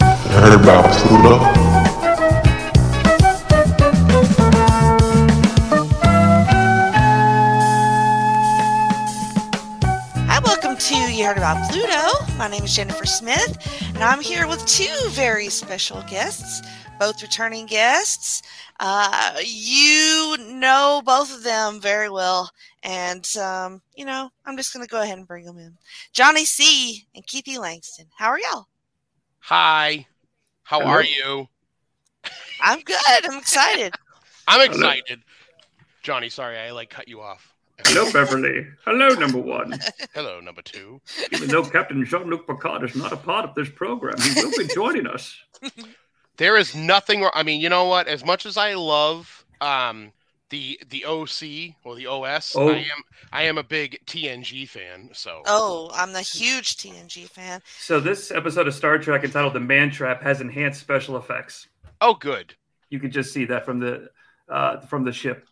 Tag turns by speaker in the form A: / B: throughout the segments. A: I heard about Pluto.
B: Hi, welcome to You Heard About Pluto. My name is Jennifer Smith, and I'm here with two very special guests, both returning guests. Uh, you know both of them very well, and um, you know I'm just going to go ahead and bring them in. Johnny C and Keithy Langston. How are y'all?
C: Hi. How
D: Hello.
C: are you?
B: I'm good. I'm excited.
C: I'm
D: Hello.
C: excited. Johnny, sorry, I like cut you off.
D: Hello, Beverly. Hello, number one.
C: Hello, number two.
D: Even though Captain Jean Luc Picard is not a part of this program, he will be joining us.
C: There is nothing wrong. I mean, you know what? As much as I love um the the OC or the OS,
D: Oh.
C: I am I am a big TNG fan. So
B: Oh, I'm a huge TNG fan.
D: So, this episode of Star Trek entitled The Man Trap has enhanced special effects.
C: oh good.
D: You could just see that from the uh, from the ship.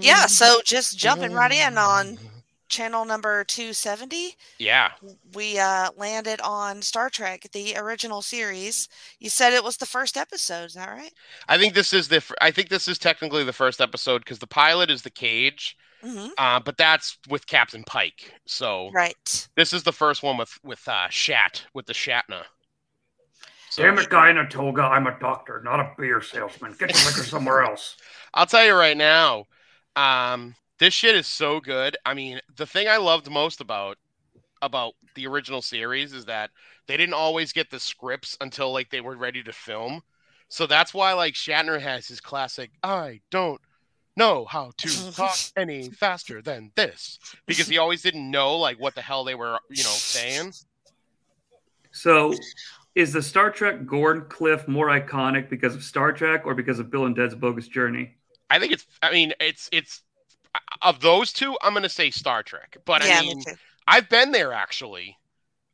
B: Yeah, so just jumping right in on channel number 270.
C: Yeah.
B: we uh, landed on Star Trek, the original series. You said it was the first episode, is that right?
C: I think this is the fir- I think this is technically the first episode because the pilot is the cage,
B: Mm-hmm.
C: uh, but that's with Captain Pike. So
B: Right.
C: this is the first one with with uh, Shat with the Shatna. So-
D: Damn it, guy in a toga. I'm a doctor, not a beer salesman. Get your liquor somewhere else.
C: I'll tell you right now, um, this shit is so good. I mean, the thing I loved most about about the original series is that they didn't always get the scripts until like they were ready to film. So that's why like Shatner has his classic I don't know how to talk any faster than this because he always didn't know like what the hell they were, you know, saying.
D: So, is the Star Trek Gorn Cliff more iconic because of Star Trek or because of Bill and Ted's Bogus Journey?
C: I think it's I mean, it's it's of those two, I'm going to say Star Trek. But
B: yeah,
C: I mean
B: me too.
C: I've been there actually.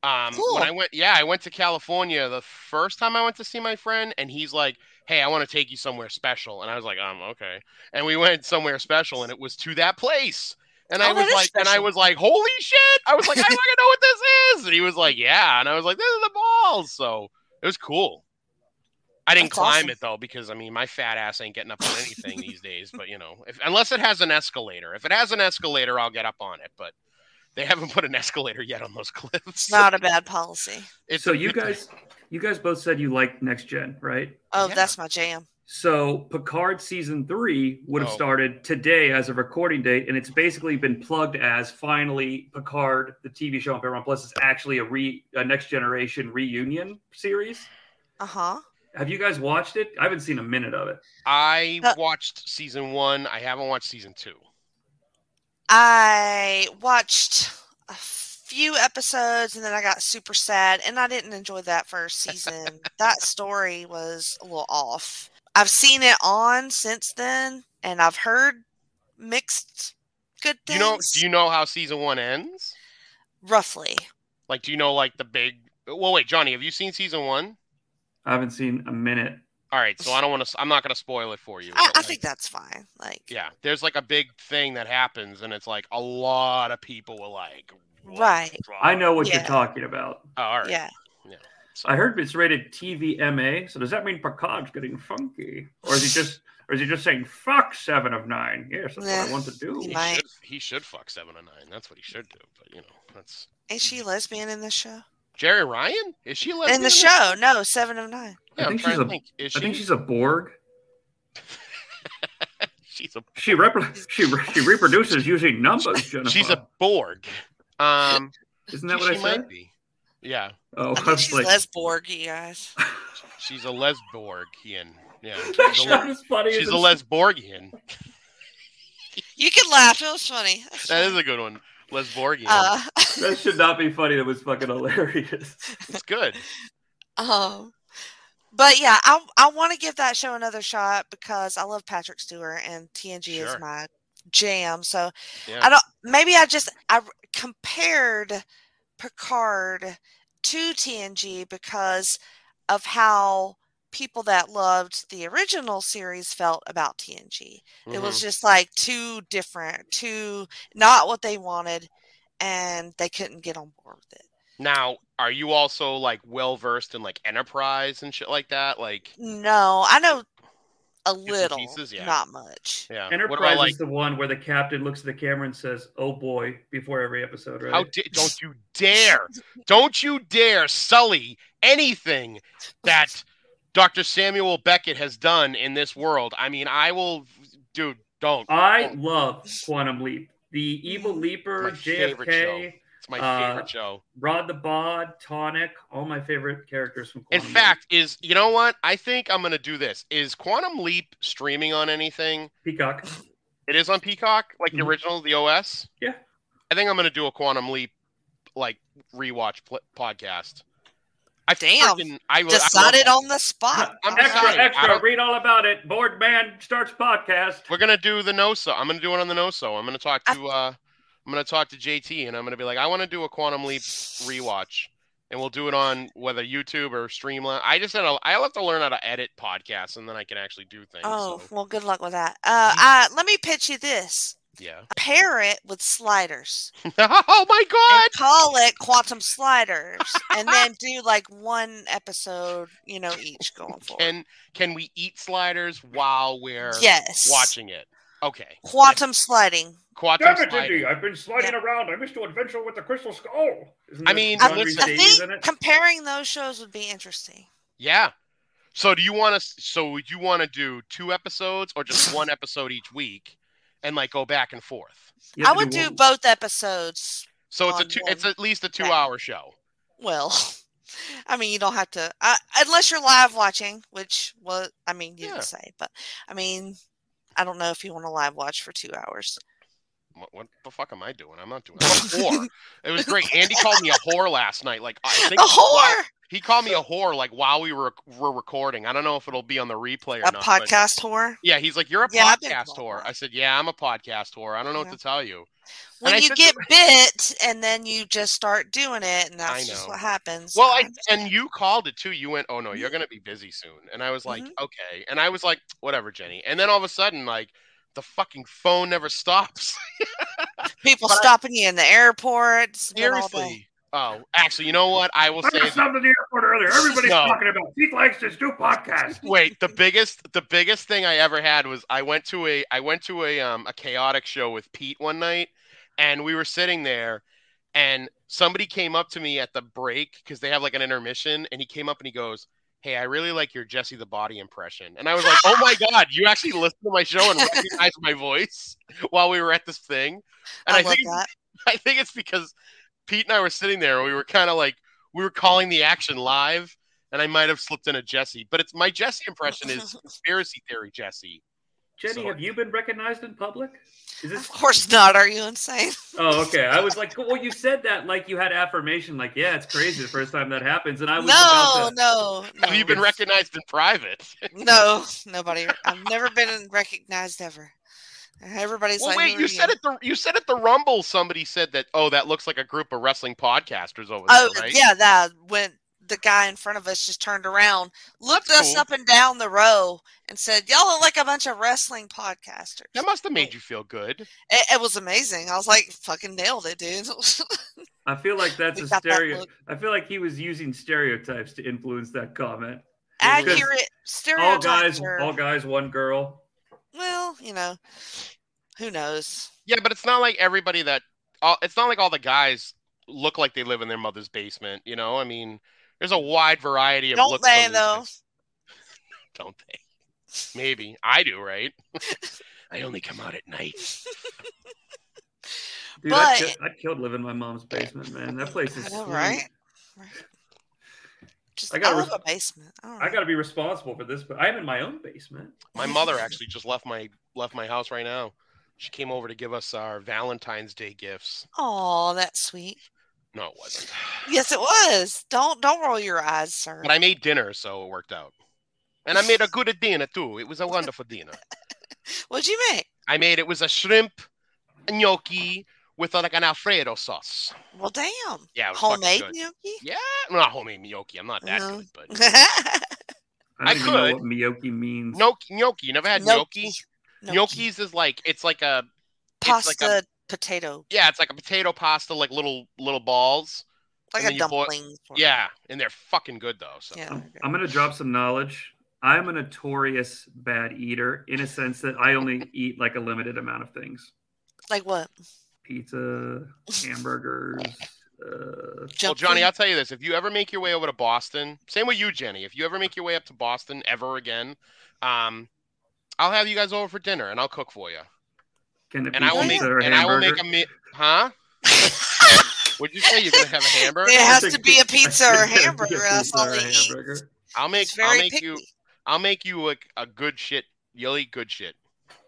C: Um,
B: Cool.
C: when I went, yeah, I went to California the first time I went to see my friend, and he's like, "Hey, I want to take you somewhere special," and I was like, "Um, okay." And we went somewhere special, and it was to that place. And I
B: Oh, that
C: was
B: is
C: like, and I
B: special.
C: was like, "Holy shit!" I was like, "I fucking know what this is," and he was like, "Yeah," and I was like, "This is the balls." So it was cool. I didn't
B: That's
C: climb
B: awesome.
C: it though because I mean my fat ass ain't getting up on anything these days. But you know, if, unless it has an escalator, if it has an escalator, I'll get up on it. But they haven't put an escalator yet on those
B: It's
C: cliffs.
B: not a bad policy.
C: It's
D: so,
C: a
D: you
C: good thing.
D: guys, you guys both said you liked Next Gen, right?
B: Oh,
C: Yeah.
B: that's my jam.
D: So Picard season three would have
C: Oh.
D: started today as a recording date, and it's basically been plugged as finally Picard, the TV show on Paramount Plus, is actually a re a next generation reunion series.
B: Uh
C: Uh-huh.
B: huh.
D: Have you guys watched it? I haven't seen a minute of it.
C: I
B: Uh,
C: watched season one. I haven't watched season two.
B: I watched a few episodes and then I got super sad, and I didn't enjoy that first season. that story was a little off. I've seen it on since then, and I've heard mixed good
C: Do
B: things.
C: you know? Do you know how season one ends?
B: roughly.
C: Like, do you know like the big? Well, wait, Johnny, have you seen season one?
D: I haven't seen a minute.
C: All right, so I don't want to. I'm not going to spoil it for you.
B: I,
C: but,
B: I
C: like,
B: think that's fine. Like,
C: Yeah, there's like a big thing that happens, and it's like a lot of people were like, "What
B: Right.
C: the
D: I know what
B: Yeah.
D: you're talking about.
C: Oh, all right.
B: yeah.
D: I heard it's rated TVMA. So does that mean Picard's getting funky, or is he just, or is he just saying fuck seven of nine? Yes, that's what
B: Yeah.
D: I want to do.
B: He
C: He,
B: might.
C: should, he should fuck seven and nine. That's what he should do. But you know, that's
B: Is she lesbian in this show?
C: Jerry Ryan. Is she lesbian
B: in the show? No, seven of nine.
C: Yeah,
D: I
C: I'm
D: think
C: trying
D: she's
C: to
D: a-
C: think. Is she?
D: I think she's a Borg.
C: she's a
D: She rep- she she reproduces using numbers, Jennifer.
C: she's a Borg. Um,
D: Isn't that
C: she,
D: what I
C: she
D: said?
C: might be. Yeah,
D: Oh,
B: I
D: I
B: think
D: was
B: she's
D: like,
B: lesborg, you guys.
C: she's a lesborgian. Yeah,
D: that
C: she's a,
D: shot
C: le-
D: is funny.
C: she's
D: as
C: a
D: it-
C: lesborgian.
B: You could laugh. It was funny. That's
C: That is
B: funny.
C: a good one. Les Borgia.
B: Uh,
D: That should not be funny. That was fucking hilarious.
C: it's good.
B: Um, but yeah, I I want to give that show another shot because I love Patrick Stewart and TNG
C: Sure.
B: is my jam. So
C: Yeah.
B: I don't. Maybe I just I r- compared Picard to TNG because of how people that loved the original series felt about TNG. It was
C: Mm-hmm.
B: just like too different, too not what they wanted, and they couldn't get on board with it.
C: Mm-hmm. Now, are you also like well versed in like Enterprise and shit like that? Like,
B: No, I know a
C: and
B: little,
C: pieces, yeah.
B: not much.
C: yeah. what
D: Enterprise
C: about like?
D: is the one where the captain looks at the camera and says, "Oh boy," before every episode, right?
C: How da- don't you dare! Don't you dare sully anything that Dr. Samuel Beckett has done in this world. I mean, I will, dude. Don't.
D: I love Quantum Leap. The Evil Leaper,
C: oh. My favorite
D: JFK,
C: It's my
D: uh,
C: favorite show.
D: Rod the Bod, Tonic, all my favorite characters from
C: In
D: Quantum
C: fact, is you know what? I think I'm gonna do this. Is Quantum Leap streaming on anything?
D: Leap. Peacock.
C: It is on Peacock, like the
D: Mhm.
C: original, the OS.
D: Yeah.
C: I think I'm gonna do a Quantum Leap like rewatch pl- podcast. I
B: Damn.
C: freaking- I would- I love
B: Decided
C: that.
B: on the spot.
C: I'm
D: extra,
C: sorry, I
D: extra,
C: don't-
D: read all about it. Board Man starts podcast.
C: We're gonna do the NOSO. I'm gonna do it on the NOSO. I'm gonna talk to uh, I'm gonna talk to JT, and I'm gonna be like, I want to do a Quantum Leap rewatch, and we'll do it on whether YouTube or Streamline. I just had a, I'll have to learn how to edit podcasts, and then I can actually do things.
B: Oh,
C: so,
B: well, good luck with that. Uh, I, let me pitch you this
C: yeah.
B: pair it with sliders
C: oh my
B: and
C: god.
B: call it quantum sliders and then do like one episode, you know, each going forward.
C: Can can we eat sliders while we're
B: Yes.
C: watching it? Okay.
B: Quantum sliding.
C: Quantum
D: Damn it,
C: sliders.
D: Indy, I've been sliding around. I missed an adventure with the Crystal Skull. Isn't
C: I
D: that
C: mean,
D: John
B: I,
D: Reese
C: listen-
B: I
D: Davies in
B: think
D: it?
B: comparing those shows would be interesting.
C: Yeah. So do you want to? So would you want to do two episodes or just one episode each week, and like go back and forth?
D: You
B: I
D: have to
B: would do
D: one-
B: both episodes
C: So it's a
B: On
C: two. It's
B: one
C: at least a
B: day.
C: two-hour show.
B: Well, I mean, you don't have to, I, unless you're live watching, which was, I mean, you
C: Yeah.
B: can say, but I mean, I don't know if you want to live watch for two hours.
C: What, what the fuck am I doing? I'm not doing. I'm a whore. it was great. Andy called me a whore last night. Like I
B: A
C: think while-
B: whore,
C: he called me a whore like while we were were recording. I don't know if it'll be on the replay or
B: a
C: not. but-
B: podcast whore.
C: Yeah, he's like, you're a
B: Yeah, I've been
C: podcast
B: called
C: whore.
B: that.
C: I said, yeah, I'm a podcast whore. I don't know
B: Yeah.
C: what to tell you. And
B: When
C: I
B: you
C: said to-
B: get bit and then you just start doing it, and that's just
C: know.
B: what happens.
C: Well, I
B: and
C: and you called it too. You went, "Oh no, you're
B: Mm-hmm.
C: going to be busy soon." And I was like, "Okay." And I was like, "Whatever, Jenny." And then all of a sudden, like the fucking phone never stops.
B: people
C: but I-
B: stopping you in the airport. it's been all day.
C: Seriously. Oh, actually, you know what? I will
D: I
C: say.
D: got something to airport earlier. Everybody's
C: No.
D: talking about Keith Langston's new podcast.
C: Wait, the biggest the biggest thing I ever had was I went to a I went to a um a chaotic show with Pete one night and we were sitting there and somebody came up to me at the break cuz they have like an intermission and he came up and he goes, "Hey, I really like your Jesse the Body impression." And I was like, "Oh my god, you actually listened to my show and recognized my voice while we were at this thing." And
B: I,
C: I,
B: love
C: think it's-
B: that.
C: I think it's because Pete and I were sitting there. We were kind of like we were calling the action live, and I might have slipped in a Jesse. But it's my Jesse impression is conspiracy theory Jesse.
D: Jenny,
C: So-
D: have you been recognized in public? Is this?
B: Of course not. Are you insane?
D: Oh, okay. I was like, well, you said that like you had affirmation. Like, yeah, it's crazy the first time that happens, and I was
B: No,
D: about to.
B: no, no.
C: Have you been recognized in private?
B: No, nobody. I've never been recognized ever. Everybody's
C: well,
B: like,
C: wait,
B: "Who
C: you
B: are
C: said at the you said at the Rumble somebody said that. Oh, that looks like a group of wrestling podcasters over there,
B: Oh,
C: right?
B: yeah, that when the guy in front of us just turned around, looked
C: That's
B: us
C: cool.
B: up and down the row, and said, "Y'all look like a bunch of wrestling podcasters."
C: That must have made you feel good.
B: It, it was amazing. I was like, "Fucking nailed it, dude."
D: I feel like that's
B: We
D: a
B: got that
D: stereo.
B: look.
D: I feel like he was using stereotypes to influence that comment.
B: Accurate
D: All
B: stereotypes.
D: guys,
B: are-
D: all guys, one girl.
B: well, you know, who knows?
C: Yeah, but it's not like everybody that. All, it's not like all the guys look like they live in their mother's basement. You know, I mean, there's a wide variety of
B: Don't
C: looks on
B: they
C: these
B: though?
C: things. don't they? Maybe I do, right? I only come out at night.
D: Dude, I,
B: But-
D: I killed living in my mom's basement, man. That place is.
B: I know,
D: sweet.
B: right? Right. Just
D: I
B: I,
D: gotta
B: love
D: res-
B: a basement. I, don't
D: I
B: know.
D: got to be responsible for this, but I'm in my own basement.
C: My mother actually just left my left my house right now. She came over to give us our Valentine's Day gifts.
B: Oh, that's sweet.
C: No, it wasn't.
B: Yes, it was. Don't don't roll your eyes, sir.
C: But I made dinner, so it worked out. And I made a good dinner too. It was a wonderful dinner.
B: What'd you make?
C: I made it was a shrimp gnocchi with uh, like an Alfredo sauce.
B: Well, damn.
C: Yeah, it was fucking
B: Homemade
C: good.
B: gnocchi.
C: Yeah, not homemade gnocchi. I'm not that
B: No.
C: good, but I
D: don't even know
C: could.
D: what Miyoki means.
C: gnocchi. Gnocchi. You never had gnocchi?
B: Gnocchi.
C: Gnocchis is like it's like a
B: Pasta,
C: It's like
B: potato,
C: yeah, it's like a potato pasta, like little little balls.
B: like a
C: and then you boil-
B: dumpling. sort of.
C: Yeah, and they're fucking good though. So
B: Yeah.
D: I'm, I'm going to drop some knowledge. I'm a notorious bad eater in a sense that I only eat like a limited amount of things
B: Like what?
D: pizza, hamburgers. Uh,
C: well,
B: Junk
C: Johnny,
B: food?
C: I'll tell you this: if you ever make your way over to Boston, same with you, Jenny. If you ever make your way up to Boston ever again, um, I'll have you guys over for dinner and I'll cook for you,
D: can it
C: and
D: be
C: I will make
D: pizza or
C: and I will
D: hamburger?
C: make a meal. Huh? Would you say you're gonna have a hamburger?
B: It has
D: I
B: to
D: think
B: be a
D: it- I
B: pizza or
D: think it'd be a
B: hamburger. That's
D: pizza
B: all
D: or
B: they
D: a
B: eat.
D: hamburger.
C: I'll make
B: It's
C: I'll
B: very
C: make
B: picky.
C: you I'll make you a, a good shit. You'll eat good shit.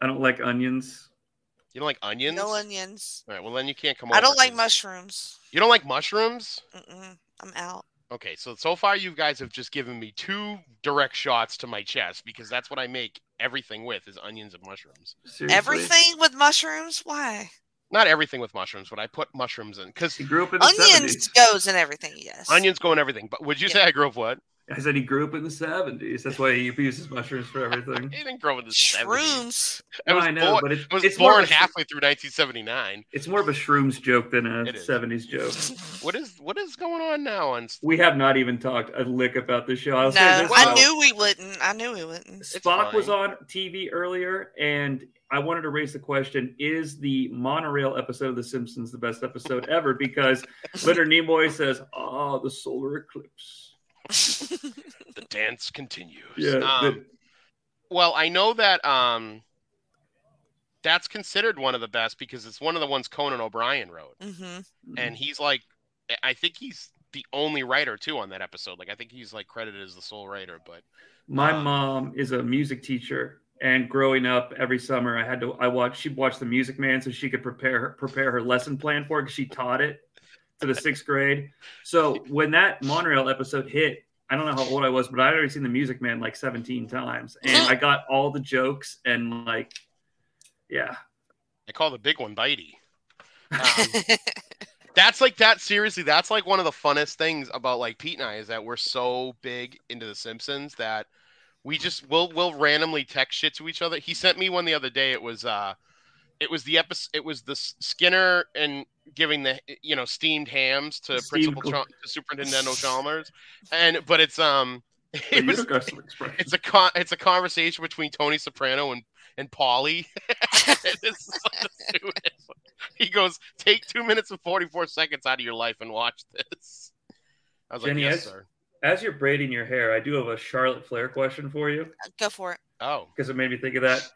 D: I don't like onions.
C: You don't like onions?
B: No onions.
C: All right. Well, then you can't come over.
B: I don't like
C: 'cause-
B: mushrooms.
C: You don't like mushrooms?
B: Mm-mm. I'm out.
C: Okay, so so far you guys have just given me two direct shots to my chest because that's what I make everything with is onions and mushrooms.
D: Seriously?
B: Everything with mushrooms? Why?
C: Not everything with mushrooms, but I put mushrooms in because
D: He grew up in the
B: Onions
D: 70s.
B: goes in everything. Yes.
C: onions go in everything. But would you say I grew up what?
D: I said he grew up in the 70s. That's why he uses mushrooms for
C: I
D: everything.
C: didn't grow in the 70s.
B: Shrooms.
C: I was
D: I know,
C: born,
D: but it's,
C: I was
D: it's, more
C: born
D: of a,
C: halfway through 1979.
D: it's more of a shrooms joke than a
C: It is.
D: 70s joke.
C: What is what is going on now? On s-
D: We have not even talked a lick about this show. I'll
B: No,
D: say this,
B: I
D: though.
B: knew we wouldn't. I knew we wouldn't.
D: Spock was
C: fine.
D: on TV earlier, and I wanted to raise the question: Is the monorail episode of The Simpsons the best episode ever? Because Leonard Nimoy says, "Ah, the solar eclipse."
B: Mm-hmm.
C: the dance continues.
D: Yeah,
C: Um, Well, I know that um, that's considered one of the best because it's one of the ones Conan O'Brien wrote.
B: hmm
D: the-
C: and he's like I- i think he's the only writer too on that episode like i think he's like credited as the sole writer but
D: my
C: um,
D: mom is a music teacher, and growing up, every summer I had to I watched she watched The Music Man so she could prepare prepare her lesson plan for it because she taught it to the sixth grade. So when that monorail episode hit, I don't know how old I was, but I'd already seen The Music Man like 17 times, and I got all the jokes and like, yeah,
C: i call the big one bitey um, that's like that seriously that's like one of the funnest things about like pete and i is that we're so big into the simpsons that we just will will randomly text shit to each other he sent me one the other day it was uh it was the episode it was the S- skinner and giving the you know steamed hams to
D: Steamed
C: principal
D: coo-
C: Chal- to superintendent Chalmers and but it's um
D: But
C: it
D: you
C: was
D: don't got some expression.
C: it's a con- it's a conversation between Tony Soprano and and Polly. It's so stupid. he goes, "Take two minutes and forty four seconds out of your life and watch this." I was
D: Jenny,
C: like, "Yes,
D: I-
C: sir."
D: As you're braiding your hair, I do have a Charlotte Flair question for you
B: Go for it.
C: Oh,
D: because it made me think of that.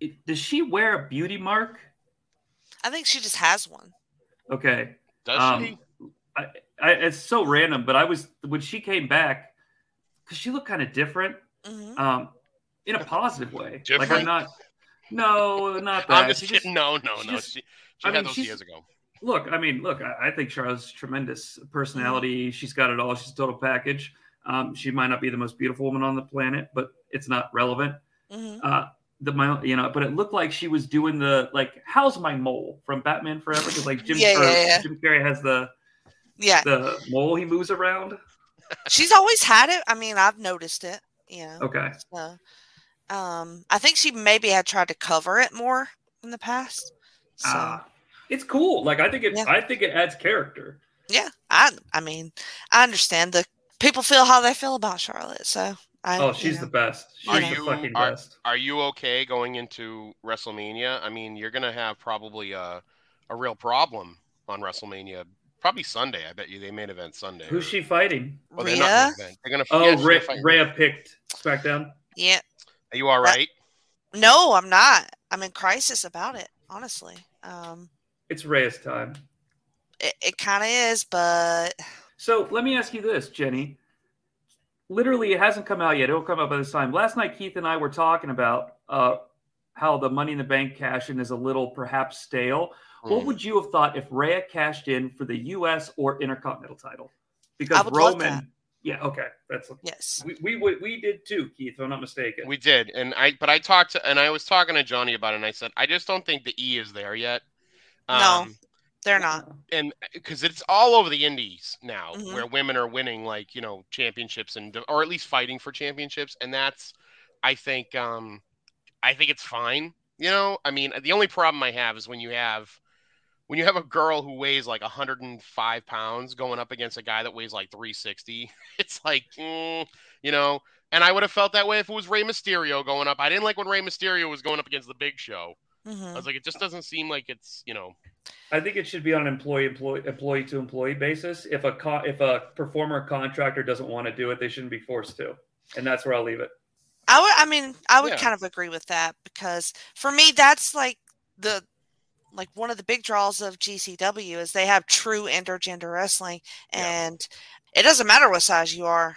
D: It- does she wear a beauty mark?
B: I think she just has one.
D: Okay,
C: does
D: Um,
C: she?
D: I, I, it's so random, but I was when she came back because she looked kind of different,
B: hmm
D: um, in a positive way. Like
C: Different?
D: I'm not, no, not that.
C: I'm just
D: She
C: kidding. No, no,
D: she
C: no.
D: just-
C: she she
D: I
C: had
D: mean,
C: those
D: she's-
C: years ago.
D: look, I mean, look, I, I think Charlotte's tremendous personality. She's got it all. She's a total package. Um, she might not be the most beautiful woman on the planet, but it's not relevant.
B: hmm
D: Uh, the my, you know, but it looked like she was doing the like, how's my mole from Batman Forever? Because like Jim,
B: Yeah,
D: or
B: yeah, yeah.
D: Jim Carrey has the
B: Yeah,
D: the mole he moves around.
B: she's always had it. I mean, I've noticed it. You know.
D: Okay.
B: So, um, I think she maybe had tried to cover it more in the past. So
D: Ah, it's cool. Like I think it.
B: Yeah.
D: I think it adds character.
B: yeah, I I mean I understand the people feel how they feel about Charlotte. So I
D: Oh, she's the
B: the
D: best. She's
C: Are
D: the
C: you-
D: fucking
C: are-
D: best.
C: Are you okay going into WrestleMania? I mean, you're gonna have probably a a real problem on WrestleMania. Probably Sunday. I bet you they main event Sunday.
D: Who's
C: or-
D: she fighting?
C: Well, they're not
B: Rhea.
C: main event. They're gonna.
D: Oh,
C: yeah, she's gonna
D: Rhea,
C: fight
D: Rhea picked SmackDown.
B: Yeah.
C: Are you all
B: That-
C: right?
B: No, I'm not. I'm in crisis about it. Honestly, um,
D: It's Rhea's time.
B: it, it kind of is, but
D: So let me ask you this, Jenny. Literally, it hasn't come out yet. It'll come out by this time. Last night, Keith and I were talking about uh, how the Money in the Bank cash in is a little perhaps stale. What
C: Hmm.
D: would you have thought if Rhea cashed in for the U.S. or Intercontinental title? Because
B: I would love that.
D: Roman, yeah, okay, that's
B: Yes.
D: we, we we we did too, Keith. If I'm not mistaken,
C: We did, and I but I talked to and I was talking to Johnny about it, and I said I just don't think the E is there yet. Um,
B: No. They're not.
C: and because it's all over the indies now
B: Mhm.
C: where women are winning like you know championships and or at least fighting for championships and that's i think um i think it's fine you know i mean the only problem i have is when you have when you have a girl who weighs like 105 pounds going up against a guy that weighs like 360 it's like mm, you know and i would have felt that way if it was Rey mysterio going up i didn't like when Rey mysterio was going up against the big show i
B: Mhm.
C: was like it just doesn't seem like it's you know
D: I think it should be on an employee employee employee to employee basis. If a co- if a performer or contractor doesn't want to do it, they shouldn't be forced to. And that's where I'll leave it.
B: I would. I mean, I would
C: Yeah.
B: kind of agree with that because for me, that's like the like one of the big draws of GCW is they have true intergender wrestling,
C: Yeah.
B: and it doesn't matter what size you are.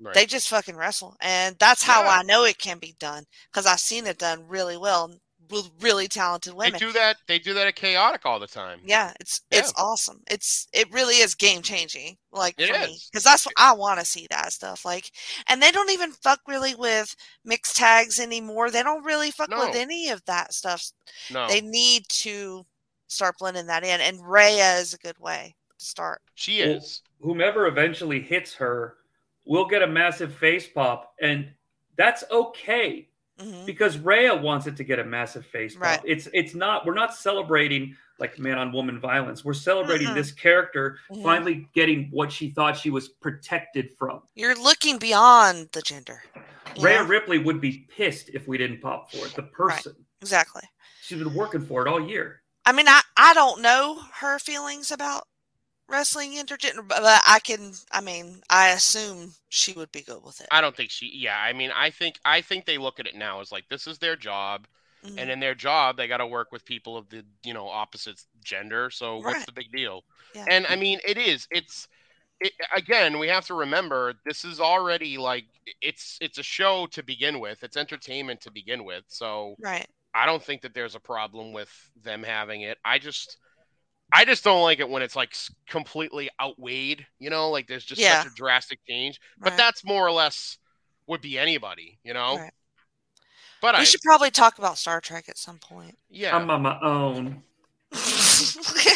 C: right.
B: They just fucking wrestle, and that's how
C: Yeah.
B: I know it can be done because I've seen it done really well with really talented
C: They
B: women.
C: do that. They do that at Chaotic all the time.
B: Yeah, it's
C: Yeah.
B: it's awesome. It's it really is game changing. Like
C: It
B: for me,
C: is.
B: because that's what I want to see that stuff. Like, and they don't even fuck really with mixed tags anymore. They don't really fuck
C: No.
B: with any of that stuff.
C: No,
B: They need to start blending that in, and Rhea is a good way to start.
C: she
D: Well,
C: is.
D: Whomever eventually hits her will get a massive face pop, and that's okay
B: hmm
D: because Rhea wants it to get a massive face pop.
B: Right.
D: It's it's not we're not celebrating like man on woman violence. We're celebrating
B: Mm-mm.
D: this character
B: Mhm.
D: finally getting what she thought she was protected from.
B: You're looking beyond the gender. you
D: Rhea
B: know?
D: Ripley would be pissed if we didn't pop for it. The person.
B: exactly.
D: She's been working for it all year.
B: I mean, I I don't know her feelings about wrestling intergender, but but I can. I mean, I assume she would be good with it.
C: I don't think she. Yeah, I mean, I think I think they look at it now as like this is their job,
B: Mhm.
C: and in their job they got to work with people of the you know opposite gender. So what's
B: Right.
C: the big deal?
B: Yeah.
C: And I mean, it is. It's it, again, we have to remember this is already like it's it's a show to begin with. It's entertainment to begin with. So
B: Right.
C: I don't think that there's a problem with them having it. I just I just don't like it when it's like s- completely outweighed, you know, like there's just
B: Yeah.
C: such a drastic change. But
B: right.
C: that's more or less would be anybody, you know.
B: Right.
C: But I
B: we should probably talk about Star Trek at some point.
C: yeah,
D: I'm on my own.
C: oh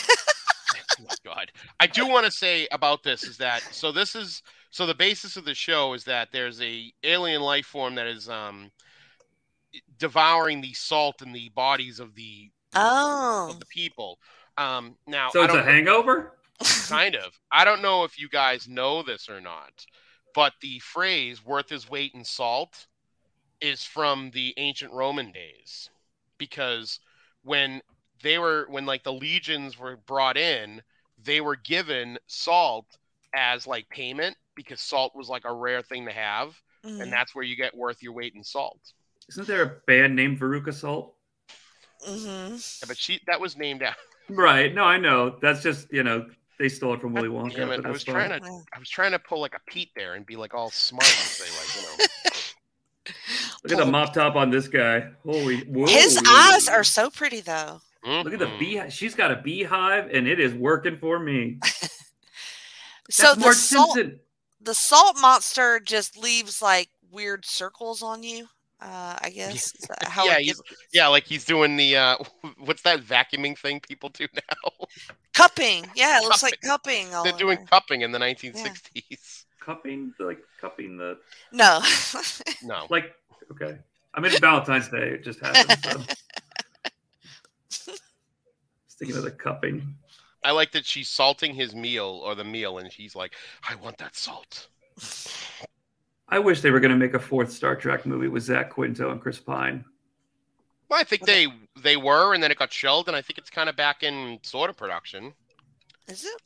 C: my god. I do want to say about this is that so this is so the basis of the show is that there's a alien life form that is um devouring the salt in the bodies of the
B: oh.
C: of the people. Um now
D: So
C: I
D: it's
C: don't
D: a hangover?
C: kind of. I don't know if you guys know this or not, but the phrase worth his weight in salt is from the ancient Roman days because when they were when like the legions were brought in, they were given salt as like payment because salt was like a rare thing to have and
B: Mhm.
C: that's where you get worth your weight in salt.
D: Isn't there a band named Veruca Salt?
B: Mhm.
C: But she that was named after
D: Right. No, I know. That's just, you know, they stole it from Willy Wonka.
C: Damn it,
D: but
C: I
D: that's
C: was
D: fine.
C: trying to-
B: Yeah.
C: I was trying to pull like a Pete there and be like all smart and say like, you know,
D: Look at the mop top on this guy. Holy. Whoa,
B: His
D: Willy
B: eyes
D: Wonka.
B: are so pretty, though.
D: Look at the
C: "Mm-mm."
D: beehive. She's got a beehive, and it is working for me.
B: So
D: That's
B: the
D: Marge
B: salt,
D: Simpson.
B: the salt monster just leaves like weird circles on you. Uh, I guess is that how
C: Yeah,
B: it
C: he's-
B: gets-
C: Yeah, like he's doing the uh what's that vacuuming thing people do now?
B: cupping. Yeah, it looks like cupping. All
D: Oh,
C: They're doing
B: over.
C: cupping in the 1960s.
D: Cupping, like cupping the
B: no.
C: No.
D: like. Okay, I mean Valentine's Day. It just happened. So. Just thinking of the cupping.
C: I like that she's salting his meal or the meal and she's like, "I want that salt."
D: I wish they were going to make a fourth Star Trek movie with Zach Quinto and Chris Pine.
C: Well, I think
B: Okay.
C: they they were and then it got shelved and I think it's kind of back in sort of production.
B: is it?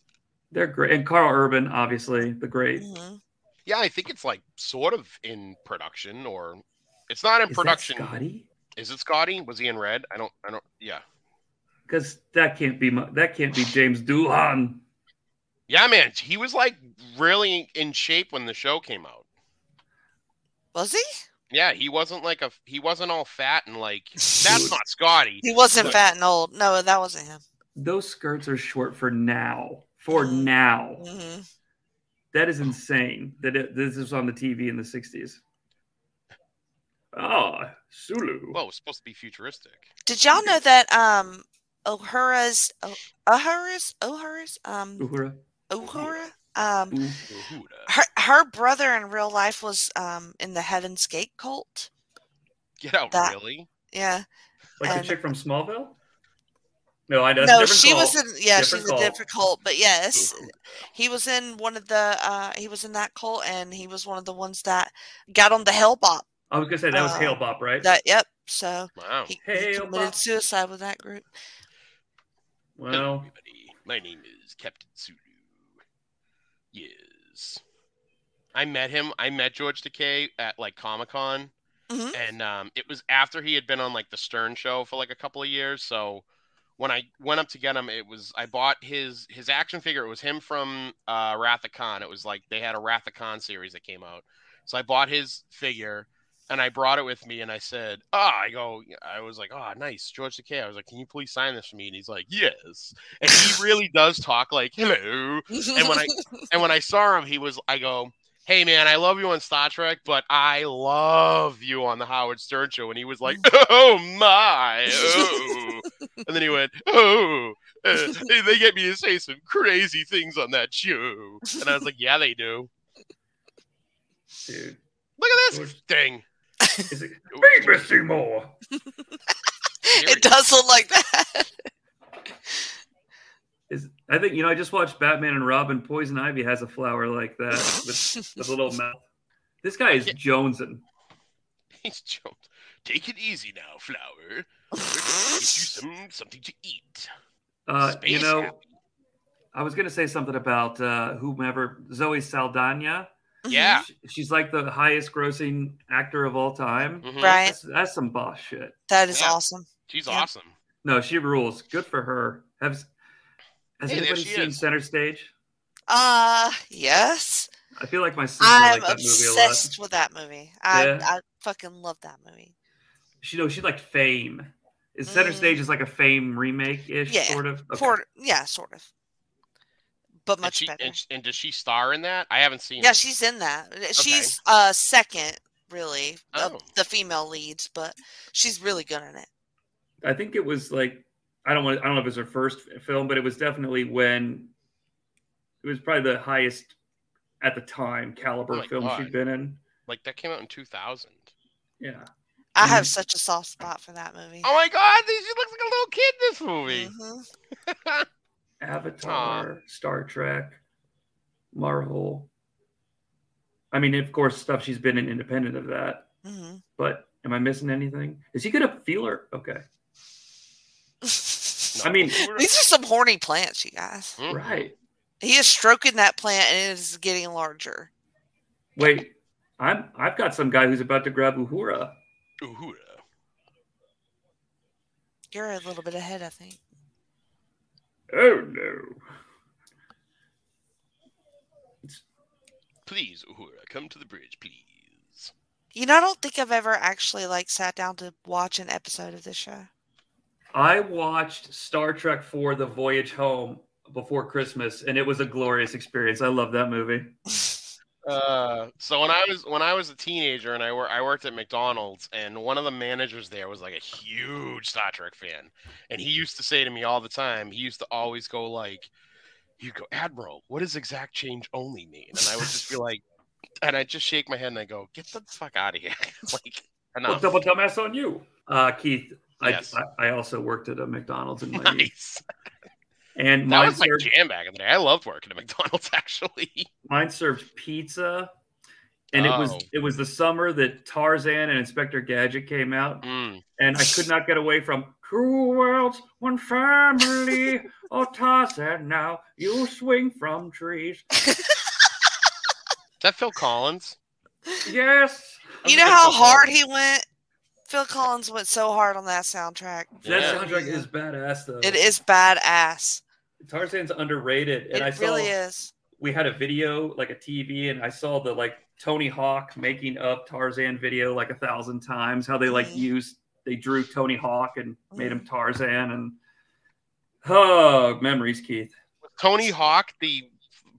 D: They're great, and Carl Urban, obviously the great.
B: Mhm.
C: Yeah, I think it's like sort of in production or it's not in
D: Is that
C: production.
D: Scotty,
C: Is it Scotty? Was he in red? I don't I don't yeah.
D: because that can't be my, that can't be James Doohan.
C: Yeah, man, he was like really in shape when the show came out.
B: Was he?
C: Yeah, he wasn't like a he wasn't all fat and like that's not Scotty.
B: He wasn't
C: But-
B: fat and old. No, that wasn't him.
D: Those skirts are short for now. For now.
B: hmm
D: That is insane that it, this is on the TV in the 60s. Ah, Sulu.
C: Whoa, it's supposed to be futuristic.
B: Did y'all know that um O'Hara's O- O'Hara's O'Hara's um
D: Uhura.
B: O'Hara um
D: Ooh.
C: Uhura.
B: her her brother in real life was um in the Heaven's Gate cult.
C: Get out,
B: That-
C: really?
B: Yeah.
D: Like
B: And-
D: the chick from Smallville? No, I know.
B: no, she was in yeah,
D: Different
B: she's
D: cult.
B: a different cult, but yes. He was in one of the uh he was in that cult and he was one of the ones that got on the hell bop.
D: I was gonna say that was
B: Uh,
D: Hale Bop, right?
B: That yep. So
C: Wow.
B: he, he
D: Hell
B: committed
D: Bop.
B: suicide with that group.
D: well,
C: Hello, everybody. My name is Captain Sulu. Yes. I met him. I met George Takei at like Comic Con,
B: Mhm.
C: and um, it was after he had been on like the Stern Show for like a couple of years. So when I went up to get him, it was I bought his his action figure. It was him from uh, Wrath of Khan. It was like they had a Wrath of Khan series that came out. So I bought his figure and I brought it with me and I said, Ah, I go, I was like, Oh, nice, George Takei. I was like, Can you please sign this for me? And he's like, Yes. And he really does talk like, Hello. And when I and when I saw him, he was I go, Hey man, I love you on Star Trek, but I love you on the Howard Stern show. And he was like, Oh my oh. and then he went, Oh uh, they- they get me to say some crazy things on that show. And I was like, Yeah, they do.
D: dude,
C: Look at this
D: George-
C: thing.
D: is it Feed me, Seymour!
B: it does look like that.
D: Is I think you know I just watched Batman and Robin. Poison Ivy has a flower like that with, with a little mouth. This guy is
C: Yeah.
D: jonesing.
C: He's jumped. Take it easy now, flower. We're gonna get you some something to eat.
D: Uh,
C: Space
D: you know,
C: happy.
D: I was gonna say something about uh, whomever Zoe Saldana.
C: Yeah.
D: She- She's like the highest grossing actor of all time.
C: Mhm.
B: Right.
D: That's, that's some boss shit.
B: That is
C: Yeah.
B: awesome.
C: She's
B: Yeah.
C: awesome.
D: No, she rules. Good for her. Has has
C: Hey, there
D: anybody
C: she
D: seen
C: is.
D: Center Stage?
B: Uh yes.
D: I feel like my sister
B: I'm
D: liked that movie a lot.
B: obsessed with that movie. I
D: Yeah.
B: I fucking love that movie.
D: She knows she liked Fame. Is Center
B: Mm.
D: Stage is like a Fame remake ish
B: Yeah,
D: sort of. Okay.
B: Sort- yeah, sort of. But
C: And,
B: much
C: she,
B: better.
C: and, sh- and does she star in that? I haven't seen
B: yeah,
C: it.
B: she's in that. She's uh second really
C: Oh.
B: of the female leads, but she's really good in it.
D: I think it was like I don't want I don't know if it was her first film, but it was definitely when it was probably the highest at the time caliber
C: Oh my
D: film
C: God.
D: she'd been in.
C: Like that came out in 2000.
D: Yeah.
B: I have
D: Mhm.
B: such a soft spot for that movie.
C: Oh my god, she looks like a little kid in this movie.
B: Mhm.
D: Avatar, Star Trek, Marvel. I mean, of course, stuff she's been in independent of that.
B: Mhm.
D: But am I missing anything? Is he gonna feel her? Okay.
B: These
D: I mean-
B: are some horny plants, you guys.
C: Mhm.
D: Right.
B: He is stroking that plant and it is getting larger.
D: Wait. I'm I've got some guy who's about to grab Uhura.
C: Uhura.
B: You're a little bit ahead, I think.
D: Oh no.
C: Please, Uhura, come to the bridge, please.
B: You know, I don't think I've ever actually like sat down to watch an episode of this show.
D: I watched Star Trek for The Voyage Home before Christmas, and it was a glorious experience. I love that movie.
C: Uh, so when I was when I was a teenager and I wor- I worked at McDonald's and one of the managers there was like a huge Star Trek fan, and he used to say to me all the time. He used to always go like, "You go, Admiral. What does exact change only mean?" And I would just be like, and I would just shake my head and I go, "Get the fuck out of here!" like
D: Well,
C: enough.
D: double dumbass on you, uh, Keith. I,
C: Yes.
D: I, I also worked at a McDonald's in my youth,
C: Nice.
D: and
C: That
D: mine
C: was my
D: served,
C: jam back in the day. I loved working at McDonald's actually.
D: mine served pizza, and it
C: Oh.
D: was it was the summer that Tarzan and Inspector Gadget came out,
C: Mm.
D: and I could not get away from two worlds, one family. oh Tarzan, now you swing from trees.
C: Is that Phil Collins?
D: Yes.
B: You know how hard he went? Phil Collins went so hard on that soundtrack.
D: That
C: Yeah.
D: soundtrack is badass though.
B: It is badass.
D: Tarzan's underrated, and
B: it
D: I
B: really
D: saw
B: is.
D: we had a video like a TV, and I saw the like Tony Hawk making up Tarzan video like a thousand times. How they like
B: Mhm.
D: used they drew Tony Hawk and made him
B: Mhm.
D: Tarzan and oh memories, Keith.
C: Was Tony Hawk, the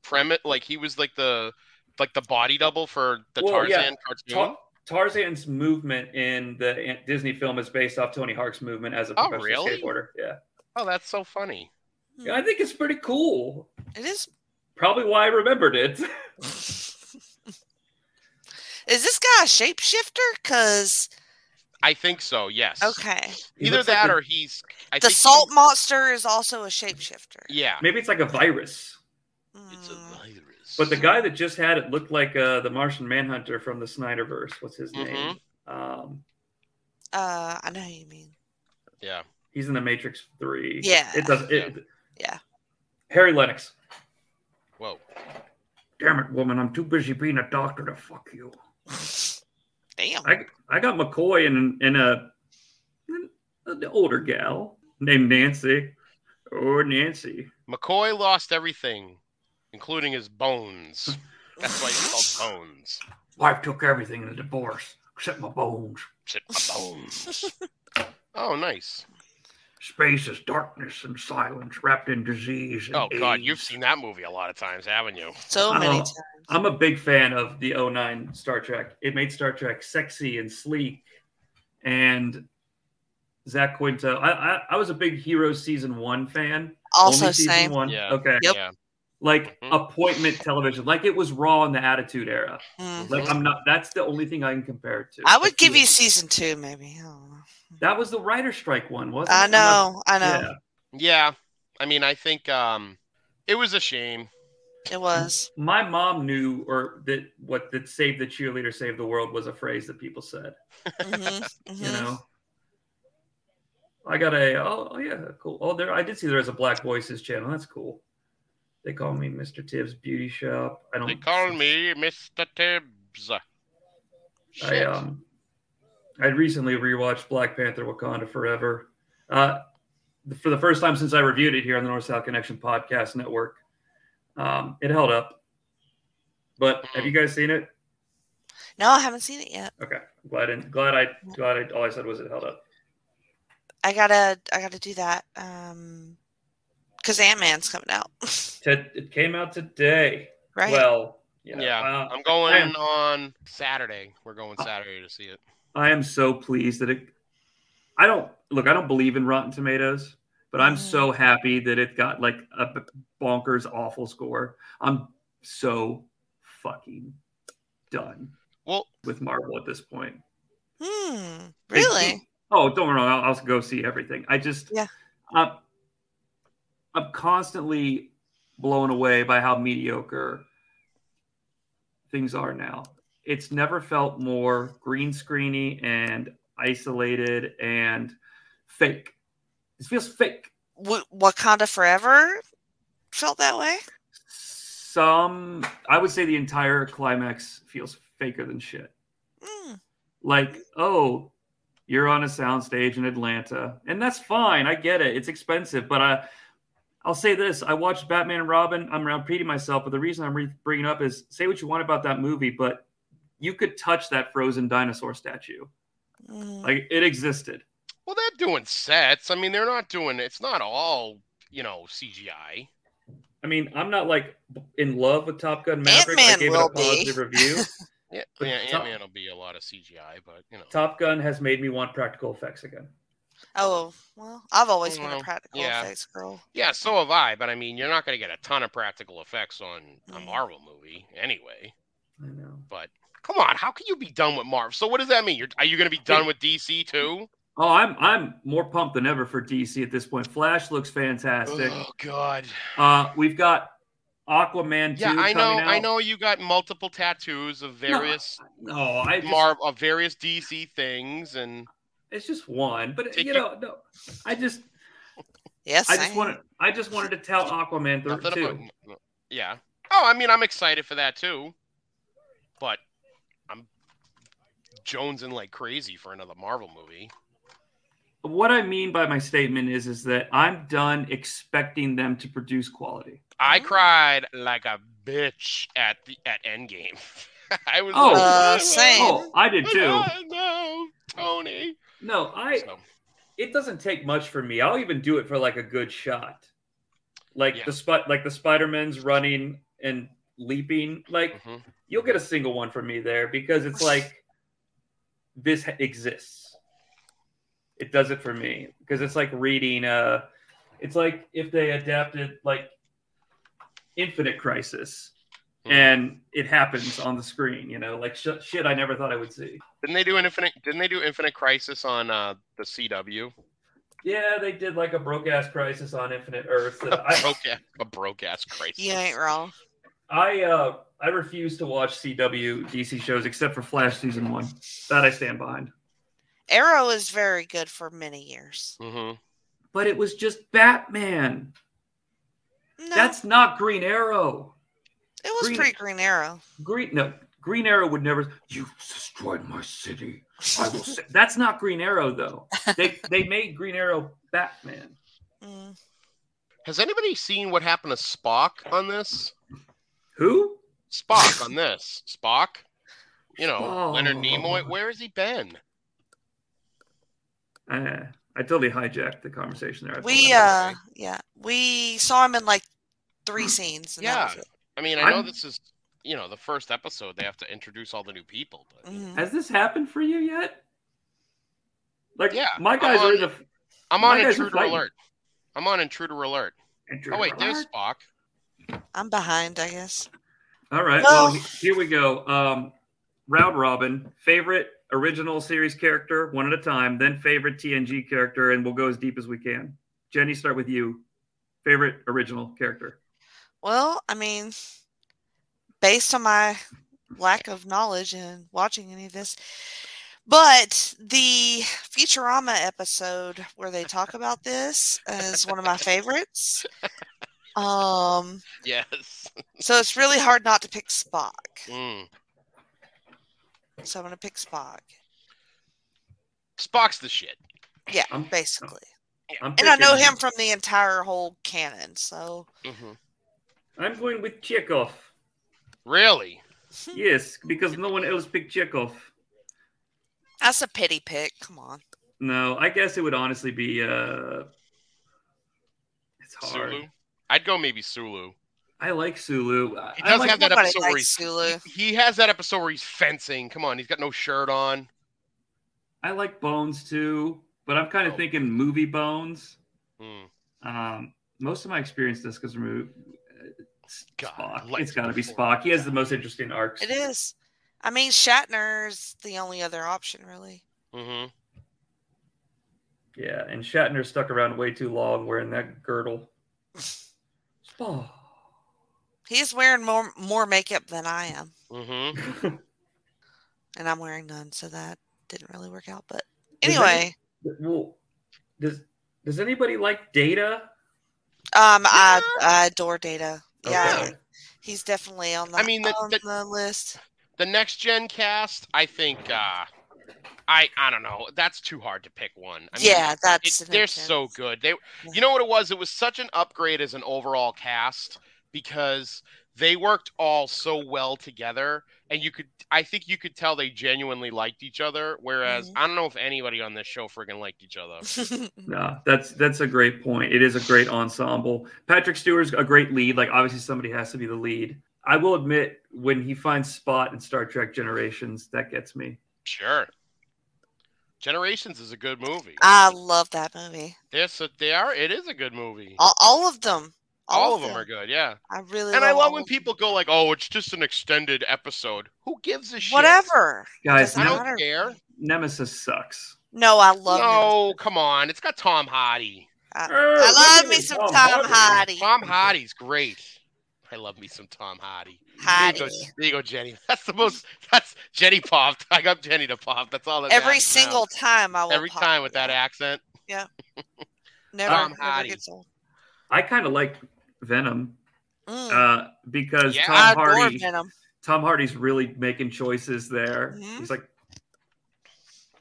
C: premise, like he was like the like the body double for the
D: Well, yeah.
C: Tarzan cartoon.
D: Ta- Tarzan's movement in the Ant- Disney film is based off Tony Hawk's movement as a
C: Oh,
D: professional
C: really? Hmm.
D: skateboarder. Yeah.
C: Oh, that's so funny.
D: yeah, I think it's pretty cool.
B: It is.
D: Probably why I remembered it.
B: Is this guy a shapeshifter? Cause
C: I think so. Yes.
B: okay,
D: He
C: Either
D: looks like
C: that
D: a-
C: or he's I
B: the
C: think he-
B: salt monster is also a shapeshifter.
C: yeah.
D: maybe it's like a virus.
C: It's a
B: Mm.
C: virus.
D: But the guy that just had it looked like uh, the Martian Manhunter from the Snyderverse. What's his
C: Mm-hmm.
D: name? Um,
B: Uh, I know who you mean.
C: yeah.
D: he's in the Matrix Three.
B: Yeah.
D: it does. It,
B: Yeah.
D: Harry Lennox.
C: Whoa.
D: Damn it, woman! I'm too busy being a doctor to fuck you.
B: Damn.
D: I I got McCoy and and a an older gal named Nancy. Oh, Nancy.
C: McCoy lost everything, including his bones. That's why he's called Bones.
D: Wife took everything in the divorce except my bones.
C: Shit, my bones. oh, nice.
D: Space is darkness and silence, wrapped in disease.
C: Oh God, you've seen that movie a lot of times, haven't you?
B: so many
D: Oh.
B: times.
D: I'm a big fan of the 09 Star Trek. It made Star Trek sexy and sleek. And Zach Quinto, I, I, I was a big Heroes season one fan.
B: Also
D: Only season
B: same.
D: one.
C: Yeah.
D: Okay.
B: Yep.
C: Yeah.
D: Like
C: Mhm.
D: appointment television, like it was Raw in the Attitude Era.
B: Mm.
D: Like I'm not. That's the only thing I can compare it to.
B: I would give you
D: Heroes.
B: season two, maybe. I don't know.
D: That was the writer strike one, wasn't it?
B: I
D: I'm not-
B: know. I know.
C: Yeah. I mean, I think um, it was a shame.
B: It was.
D: My mom knew, or that what that "Save the Cheerleader, Save the World" was a phrase that people said.
B: Mhm,
D: you
B: mhm.
D: know. I got a oh, oh, yeah cool oh there I did see there is a Black Voices channel that's cool. They call me Mr. Tibbs Beauty Shop. I don't.
C: They call me Mr. Tibbs.
D: Oh, I
C: Shit.
D: um, I recently rewatched Black Panther: Wakanda Forever. Uh, for the first time since I reviewed it here on the North South Connection Podcast Network, um, it held up. But have you guys seen it?
B: No, I haven't seen it yet.
D: Okay, glad I, glad I glad I, all I said was it held up.
B: I gotta. I gotta do that. Um, cause Ant Man's coming out,
D: Ted, it came out today.
B: right?
D: Well,
C: Yeah.
D: yeah. uh,
C: I'm going
D: I am-
C: on Saturday. We're going Saturday to see it.
D: I am so pleased that it. I don't look. I don't believe in Rotten Tomatoes, but I'm
B: Mhm.
D: so happy that it got like a b- bonkers awful score. I'm so fucking done
C: Well,
D: with Marvel at this point.
B: hmm.
D: They do-
B: Really?
D: Oh, don't get me wrong. I'll, I'll go see everything. I just
B: Yeah.
D: I'm, I'm constantly blown away by how mediocre things are now. It's never felt more green screeny and isolated and fake. It feels fake.
B: W- Wakanda Forever felt that way.
D: Some, I would say, the entire climax feels faker than shit.
B: Mm.
D: like, oh, you're on a soundstage in Atlanta, and that's fine. I get it; it's expensive, but I, I'll say this: I watched Batman and Robin. I'm repeating myself, but the reason I'm re- bringing it up is say what you want about that movie, but you could touch that frozen dinosaur statue.
B: Mm.
D: Like it existed.
C: well, they're doing sets. I mean, they're not doing. It's not all you know CGI.
D: I mean, I'm not like in love with Top Gun Maverick. I
B: Ant-Man
D: gave it
B: will
D: a
B: be.
D: positive review.
C: Yeah,
D: But
C: yeah
D: Tom-
C: Ant Man will be a lot of CGI, but you know.
D: Top Gun has made me want practical effects again.
B: Oh well, I've always been a
C: Mm, Well,
B: practical
C: yeah.
B: effects girl.
C: Yeah, so have I. But I mean, you're not going to get a ton of practical effects on a
B: Mm.
C: Marvel movie anyway.
D: I know.
C: But come on, how can you be done with Marvel? So what does that mean? You're, are you going to be done with DC too?
D: Oh, I'm I'm more pumped than ever for DC at this point. Flash looks fantastic.
C: Oh God.
D: Uh, we've got Aquaman. 2
C: Yeah, I know.
D: coming out.
C: I know you got multiple tattoos of various
D: No, Oh, I just,
C: Mar of various DC things, and
D: it's just one, but
C: Take
D: you
C: your-
D: know, no, I just,
B: Yes,
D: I just wanted, I just wanted to tell Aquaman
C: nothing
D: th-
C: about.
D: two.
C: Yeah. Oh, I mean, I'm excited for that too, but I'm jonesing like crazy for another Marvel movie.
D: What I mean by my statement is, is that I'm done expecting them to produce quality.
C: I
B: Mm.
C: cried like a bitch at the at Endgame. I was
D: Oh,
C: like,
B: Uh,
C: "Why
B: same.
D: Oh, I did
C: would
D: too.
C: I know, Tony.
D: No, I.
C: So,
D: It doesn't take much for me. I'll even do it for like a good shot, like
C: Yeah.
D: the spot, like the Spider Man's running and leaping. Like
C: mhm.
D: you'll get a single one from me there because it's like this ha- exists. It does it for me because it's like reading. Uh, it's like if they adapted like Infinite Crisis,
C: Mhm.
D: and it happens on the screen. You know, like sh- shit I never thought I would see.
C: Didn't they do an infinite? Didn't they do Infinite Crisis on uh, the CW?
D: Yeah, they did like a broke ass crisis on Infinite Earth. that I
C: broke ass, a broke ass crisis.
B: You ain't wrong.
D: I uh, I refuse to watch CW DC shows except for Flash season one. That I stand behind.
B: Arrow is very good for many years.
C: Mhm.
D: But it was just Batman.
B: No,
D: That's not Green Arrow.
B: it was
D: green.
B: pretty Green Arrow.
D: Green no Green Arrow would never. You've destroyed my city. I will. Say. That's not Green Arrow though. They they made Green Arrow Batman.
B: Mm.
C: Has anybody seen what happened to Spock on this?
D: Who?
C: Spock on this. Spock. You know, Leonard
D: Spock.
C: Nimoy. Where has he been?
D: Uh, I totally hijacked the conversation there. I
B: We uh,
C: that
B: yeah, we saw him in like three scenes. And
C: Yeah.
B: that was it.
C: I mean, I know
D: I'm-
C: this is you know the first episode. They have to introduce all the new people, but
B: Mhm.
D: Has this happened for you yet? Like,
C: Yeah,
D: my guys
C: I'm
D: are
C: on-
D: in the.
C: I'm on
D: My guys are
C: intruder
D: fighting.
C: alert. I'm on intruder alert. Oh wait, there's Spock.
B: I'm behind, I guess.
D: All right.
B: Well-
D: Well, he- here we go. Um, round robin, favorite original series character, one at a time, then favorite TNG character, and we'll go as deep as we can. Jenny, start with you. Favorite original character.
B: Well, I mean, based on my lack of knowledge and watching any of this, but the Futurama episode where they talk about this is one of my favorites. Um,
C: Yes.
B: so it's really hard not to pick Spock.
C: Mm.
B: So I'm gonna pick Spock.
C: Spock's the shit.
B: Yeah,
D: I'm-
B: basically.
D: I'm
B: And I know
D: picking-
B: him from the entire whole canon, so
C: hmm
D: I'm going with Chekhov.
C: Really?
D: Yes, because no one else picked Chekhov.
B: that's a pity pick. Come on.
D: No, I guess it would honestly be. uh It's hard.
C: Sulu. I'd go maybe Sulu.
D: I like Sulu. I-
C: He
D: I
C: does
D: like-
C: have that
B: Nobody
C: episode where
B: likes Sulu.
C: He has that episode where he's fencing. Come on, he's got no shirt on.
D: I like Bones too, but I'm kind of
C: Oh.
D: thinking movie Bones.
C: Mm.
D: Um, most of my experience this because remove
C: God,
D: Spock.
C: like
D: it's got to be
C: before.
D: Spock. He has the most interesting arcs.
B: It is. I mean, Shatner's the only other option, really.
C: hmm
D: Yeah, and Shatner stuck around way too long wearing that girdle. Spock.
B: He's wearing more more makeup than I am,
C: hmm
B: and I'm wearing none, so that didn't really work out. But
D: Is that-
B: anyway,
D: well, does does anybody like Data?
B: um, I, I adore Data. Yeah,
D: Okay.
B: he's definitely on the
C: I mean, that-
B: on
C: that-
B: the list.
C: The next gen cast, I think. Uh, I I don't know. That's too hard to pick one. I mean,
B: yeah, that's
C: it-
B: an
C: they're
B: intense-
C: so good. They, you know what it was? It was such an upgrade as an overall cast because they worked all so well together, and you could, I think, you could tell they genuinely liked each other. Whereas
B: Mm-hmm.
C: I don't know if anybody on this show freaking liked each other.
D: No, that's that's a great point. It is a great ensemble. Patrick Stewart's a great lead. Like obviously somebody has to be the lead. I will admit when he finds Spot in Star Trek Generations, that gets me.
C: Sure. Generations is a good movie.
B: I love that movie.
C: Yes, it- they are. It is a good movie. All,
B: All, all of them. All,
C: of them, are good. Yeah,
B: I really
C: and I
B: love
C: love
B: all
C: when
B: of them.
C: people go like, "Oh, it's just an extended episode." Who gives a shit?
B: Whatever.
D: Guys,
B: Doesn't
C: I
D: Nem-
C: don't
B: matter.
C: care.
D: Nemesis sucks.
B: No, I love. him.
C: No, come on. It's got Tom Hardy.
B: I love me some
C: Oh,
B: Tom Hardy.
C: Tom Hardy's great. I love me some Tom Hardy. There you,
B: Hardy.
C: go, there you go, Jenny. That's the most. That's Jenny popped. I got Jenny to pop. That's all. That
B: Every
C: matters now.
B: single time I will.
C: Every
B: pop
C: time with
B: you.
C: that accent.
B: Never,
C: Tom
B: never
C: Hardy.
B: gets old.
D: I kind of like Venom
B: Mm.
D: uh, because
C: Yeah.
B: I
D: Tom
B: adore
D: Hardy.
B: Venom.
D: Tom Hardy's really making choices there.
B: Mhm.
D: He's like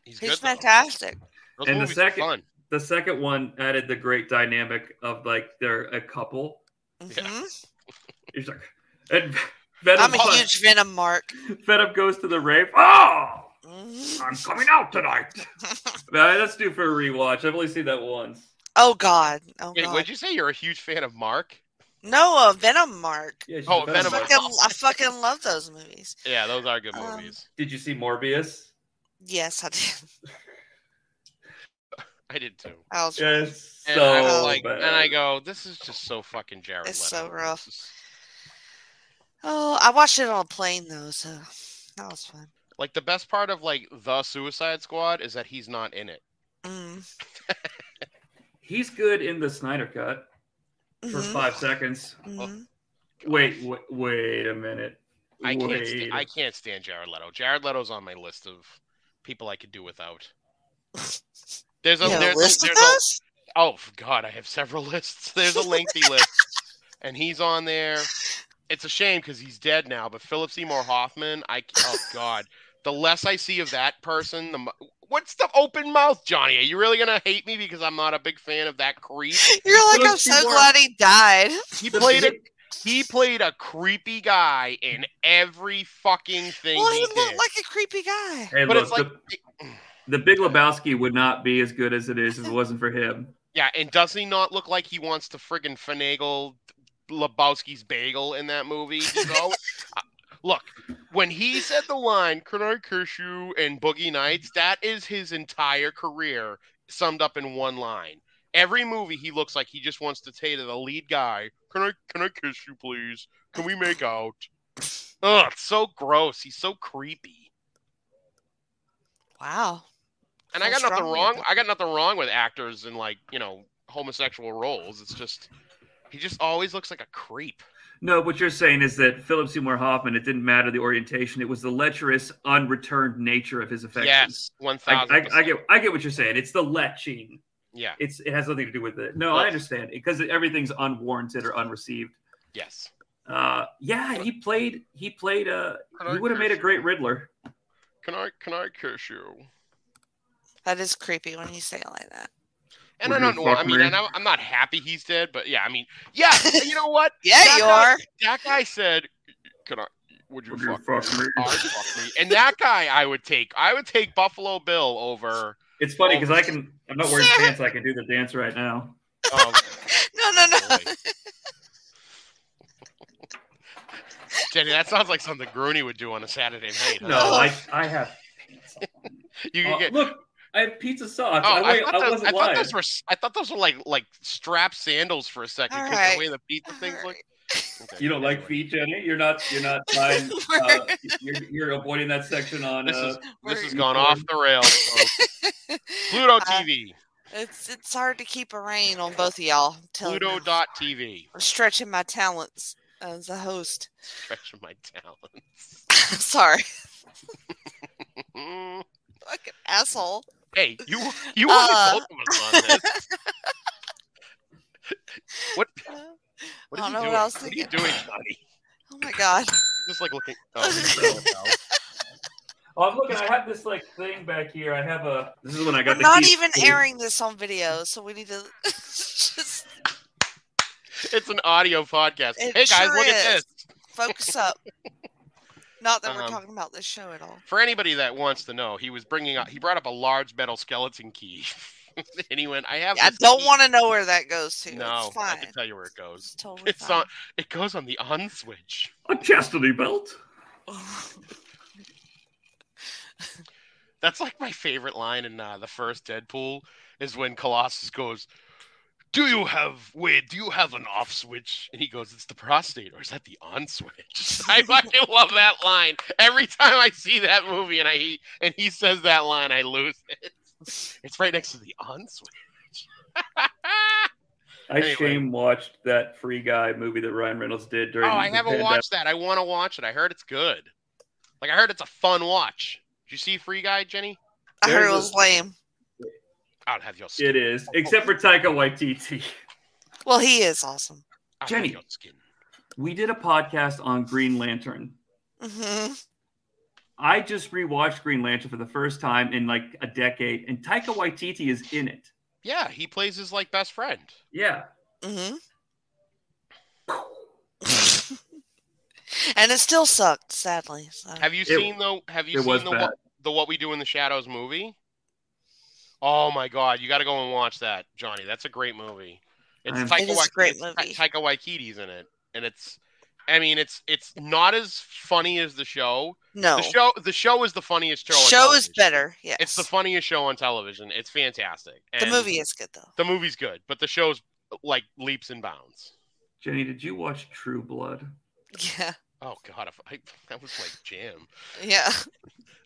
C: He's,
B: He's
C: good, though.
B: fantastic.
C: Those
D: And the
C: movies are
D: second-
C: fun.
D: the second one added the great dynamic of like they're a couple.
B: Mhm.
C: Yeah.
D: He's like, and Venom,
B: I'm a huge Venom mark.
D: Venom goes to the rave. Oh,
B: Mhm.
D: I'm coming out tonight. Nah, that's due for a rewatch. I've only seen that once.
B: Oh God. Oh
C: Wait,
B: God.
C: would you say you're a huge fan of Mark?
B: No, a Venom mark.
D: Yeah, she's
C: Oh,
D: a
B: I
C: Venom.
D: Venom.
B: fucking, I fucking love those movies.
C: Yeah, those are good
B: Um,
C: movies.
D: Did you see Morbius?
B: Yes, I did.
C: I did too.
B: I was
D: Yeah, it's
C: And
D: so
C: I was like,
D: bad.
C: and I go, this is just so fucking Jared.
B: Oh, It's
C: Leto.
B: so rough.
C: This is-
B: Oh, I watched it on a plane though, so that was fun.
C: Like the best part of like the Suicide Squad is that he's not in it.
B: Mm.
D: He's good in the Snyder cut for
B: Mhm.
D: five seconds.
B: Mhm.
D: Wait, wait, wait a minute.
C: I can't.
D: Wait.
C: St- I can't stand Jared Leto. Jared Leto's on my list of people I could do without. There's a
B: You have a
C: there's, a-
B: list of
C: there's a,
B: those?
C: oh god, I have several lists. There's a lengthy list, and he's on there. It's a shame because he's dead now. But Philip Seymour Hoffman, I c- oh god, the less I see of that person, the mo- what's the open mouth, Johnny? Are you really gonna hate me because I'm not a big fan of that creep?
B: You're like,
D: Those
B: I'm so
D: people are-
B: glad he died.
C: He
D: The
C: played a
D: big-
C: he played a creepy guy in every fucking thing.
B: Well,
C: he
B: he
C: did.
B: looked like a creepy guy.
D: Hey,
C: but
D: look,
C: it's like
D: the, the Big Lebowski would not be as good as it is if it wasn't for him.
C: Yeah, and does he not look like he wants to friggin' finagle Lebowski's bagel in that movie? He's always- Uh, look, when he said the line, Can I curse you and Boogie Nights, that is his entire career summed up in one line. Every movie he looks like he just wants to say to the lead guy, Can I can I kiss you please? Can we make out? Ugh, it's so gross. He's so creepy.
B: Wow.
C: And I
B: Feel
C: got nothing
B: strongly
C: wrong.
B: about
C: I got nothing wrong with actors in like you know homosexual roles. It's just he just always looks like a creep.
D: No, what you're saying is that Philip Seymour Hoffman, it didn't matter the orientation, it was the lecherous, unreturned nature of his affection.
C: Yes, one
D: I,
C: thousand.
D: I, I get I get what you're saying. It's the leching.
C: Yeah.
D: It's it has nothing to do with it. No,
C: Well-
D: I understand because everything's unwarranted or unreceived.
C: Yes.
D: Uh, yeah, he played. He played. Uh,
C: Can I
D: he would have made a
C: curse
D: great
C: you?
D: Riddler.
C: Can I can I curse you?
B: That is creepy when you say it like that.
C: And
D: Would
C: I
D: you
C: don't know. I
D: fuck
C: mean,
D: me?
C: and I'm, I'm not happy he's dead, but yeah, I mean, yeah. You know what?
B: Yeah,
C: That
B: you
C: guy-
B: are.
C: That guy said, "Can I? Would you
D: Would you
C: fuck,
D: fuck me?
C: me? I'd fuck me." And that guy, I would take. I would take Buffalo Bill over.
D: It's funny because I can. I'm not wearing pants. I can do the dance right now.
C: Um,
B: No, no, no.
C: Boy. Jenny, that sounds like something Grooney would do on a Saturday night. huh?
D: No, I I have.
C: you could
D: Uh,
C: get.
D: look, I have pizza socks.
C: Oh,
D: I,
C: I,
D: wait,
C: thought
D: I
C: those,
D: wasn't
C: I thought
D: lying.
C: those were s- I thought those were like like strap sandals for a second because
B: Alright.
C: the way the pizza things look. Okay,
D: You don't like
C: anyway.
D: feet, Jenny. You're not. You're not buying. uh,
B: We're-
D: you're, you're avoiding that section on.
C: This
D: Uh,
C: is this has
B: we're-
C: gone off the rails. folks. Pluto
B: Uh,
C: TV,
B: It's it's hard to keep a rein on both of y'all. I'm telling
C: Pluto
B: you.
C: dot TV.
B: I'm stretching my talents as a host.
C: Stretching my talents.
B: Sorry,
C: Mm.
B: fucking asshole.
C: Hey, you you wanted
B: Uh,
C: both of us on this. what
B: Oh
C: what
B: I
C: are
B: don't know what
C: you doing?
B: I was
C: what are you
B: thinking.
C: doing, Johnny?
B: oh my god.
C: Just like looking. Oh, there we go.
D: oh, I'm looking. I have this like thing back here. I have a. This is when I got
B: We're
D: the
B: not
D: keys
B: even
D: to-
B: airing this on video, so we need to just
C: it's an audio podcast.
B: It
C: hey guys,
B: sure
C: look at
B: is.
C: this.
B: focus up. Not that we're
C: Um,
B: talking about this show at all.
C: For anybody that wants to know, he was bringing up. He brought up a large metal skeleton key, and he went, "I have."
B: I
C: this
B: don't
C: key."
B: want to know where that goes to.
C: No,
B: it's
C: I
B: fine.
C: can tell you where it goes.
B: It's totally
C: It's
B: fine.
C: on. It goes on the on switch.
D: a chastity belt.
C: That's like my favorite line in uh, the first Deadpool is when Colossus goes, "Do you have wait? Do you have an off switch?" And he goes, "It's the prostate, or is that the on switch?" I fucking love that line. Every time I see that movie and I he- and he says that line, I lose it. It's right next to the on switch.
D: I
C: Anyway.
D: shame watched that Free Guy movie that Ryan Reynolds did
C: oh,
D: during.
C: I
D: the
C: haven't
D: pandemic.
C: watched that. I want to watch it. I heard it's good. Like I heard it's a fun watch. Did you see Free Guy, Jenny?
B: I heard
D: There's
B: it
D: a-
B: was lame.
C: I'll have your skin.
D: It is, except for Taika Waititi.
B: Well, he is awesome.
C: I'll have
D: Jenny.
C: your skin.
D: We did a podcast on Green Lantern.
B: hmm
D: I just rewatched Green Lantern for the first time in like a decade, and Taika Waititi is in it.
C: Yeah, he plays his like best friend.
B: Mm-hmm.
D: Yeah,
B: hmm and it still sucked, sadly. So.
C: Have you
D: It-
C: seen though? Have you
D: it was
C: seen the
D: bad.
C: what, the what we do in the shadows movie? Oh my god, you got to go and watch that, Johnny. That's a great movie. It's
D: I'm-
C: Taika
B: It is a
C: Wai-
B: great
C: it's Ta-
B: movie.
C: Taika Waititi's in it, and it's, I mean, it's it's not as funny as the show.
B: no,
C: The show the show is the funniest show.
B: show,
C: on
B: is
C: television.
B: better. Yes,
C: It's the funniest show on television. It's fantastic.
B: the
C: And
B: movie is good though.
C: The movie's good, but the show's like leaps and bounds.
D: Jenny, did you watch True Blood?
B: Yeah,
C: Oh god, if I, that was like jam.
B: yeah.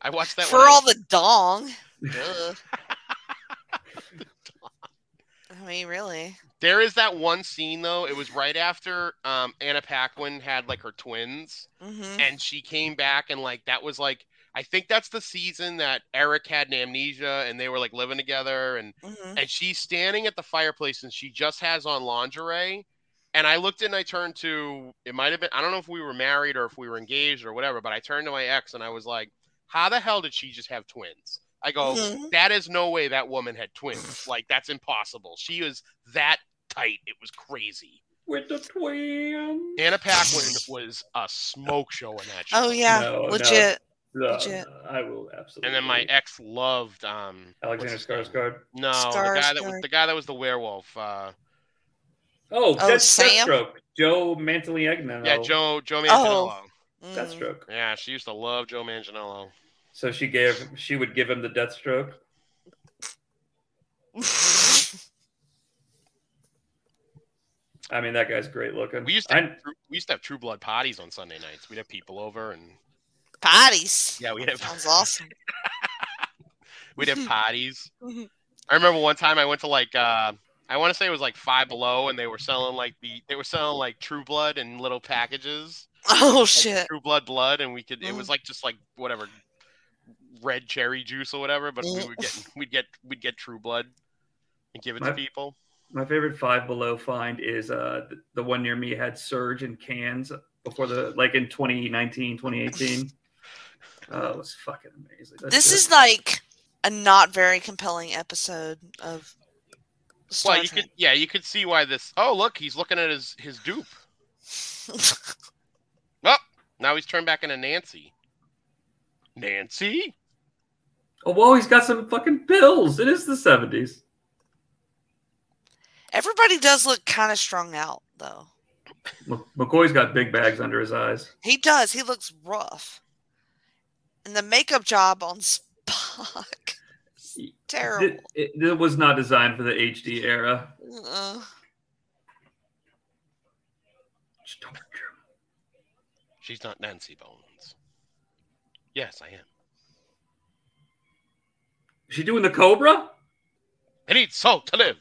C: I watched that
B: For
C: when I
B: all
C: was-
B: the dong. Ugh. I mean, really.
C: There is that one scene though. It was right after um, Anna Paquin had like her twins,
B: hmm
C: and she came back, and like that was like I think that's the season that Eric had an amnesia, and they were like living together, and
B: hmm
C: and she's standing at the fireplace, and she just has on lingerie, and I looked and I turned to it might have been I don't know if we were married or if we were engaged or whatever, but I turned to my ex and I was like, how the hell did she just have twins? I go,
B: Mhm.
C: that is no way that woman had twins. Like that's impossible. She was that tight. It was crazy.
D: With the twin.
C: Anna Paquin was a smoke show in that show.
B: Oh yeah,
D: No, no.
B: legit.
D: No,
B: Legit.
D: I will absolutely.
C: And then my ex loved um
D: Alexander
C: what's his name?
D: Skarsgård.
C: No, the guy that was
B: Skarsgård.
C: the guy that was the werewolf. Uh,
D: Oh, that's
B: Sam?
D: Deathstroke. Joe Mantegna.
C: Yeah, Joe Joe Manganiello.
B: Mm.
D: Deathstroke.
C: Yeah, she used to love Joe Manganiello.
D: So she gave. She would give him the Deathstroke. I mean, that guy's great looking.
C: We used to
D: I,
C: have, True- we used to have True Blood parties on Sunday nights. We'd have people over and
B: Potties.
C: yeah, we'd have
B: Sounds awesome.
C: we'd have parties.
B: Mhm.
C: I remember one time I went to like uh I want to say it was like Five Below, and they were selling like the they were selling like True Blood in little packages.
B: Oh
C: like,
B: shit.
C: True Blood blood, and we could. It
B: Mhm.
C: was like just like whatever, red cherry juice or whatever. But we
B: Yeah.
C: would get we'd get we'd get True Blood and give it
D: My-
C: to people.
D: my favorite Five Below find is uh th- the one near me had Surge in cans before the like in 2019, 2018. Oh, it was fucking amazing. That's
B: This
D: good.
B: is like a not very compelling episode of. Star
C: well, you
B: Trek.
C: could yeah, you could see why this. Oh look, he's looking at his his dupe. Now he's turned back into Nancy. Nancy.
D: Oh, whoa, he's got some fucking pills. It is the 70s.
B: Everybody does look kind of strung out, though.
D: M- McCoy's got big bags under his eyes.
B: He does. He looks rough. And the makeup job on Spock is
D: Y-
B: terrible.
D: It, it, it was not designed for the HD era.
B: Uh,
D: Just don't-
C: She's not Nancy Bones. Yes, I am.
D: Is she doing the Cobra?
C: I need soul to live.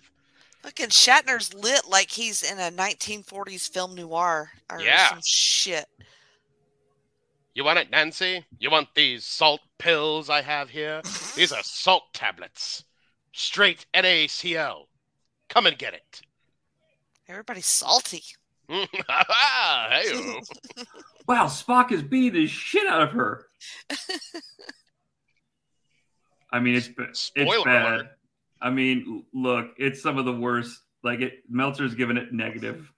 B: fucking Shatner's lit like he's in a 1940s film noir or
C: Yeah.
B: some shit.
C: You want it, Nancy? You want these salt pills I have here? These are salt tablets. Straight NaCl. Come and get it.
B: Everybody's salty.
C: Hey-o.
D: Wow, Spock is beating the shit out of her. I mean, it's ba- it's
C: Spoiler
D: bad.
C: alert.
D: I mean, l- look, it's some of the worst. Like it, Meltzer's giving it negative.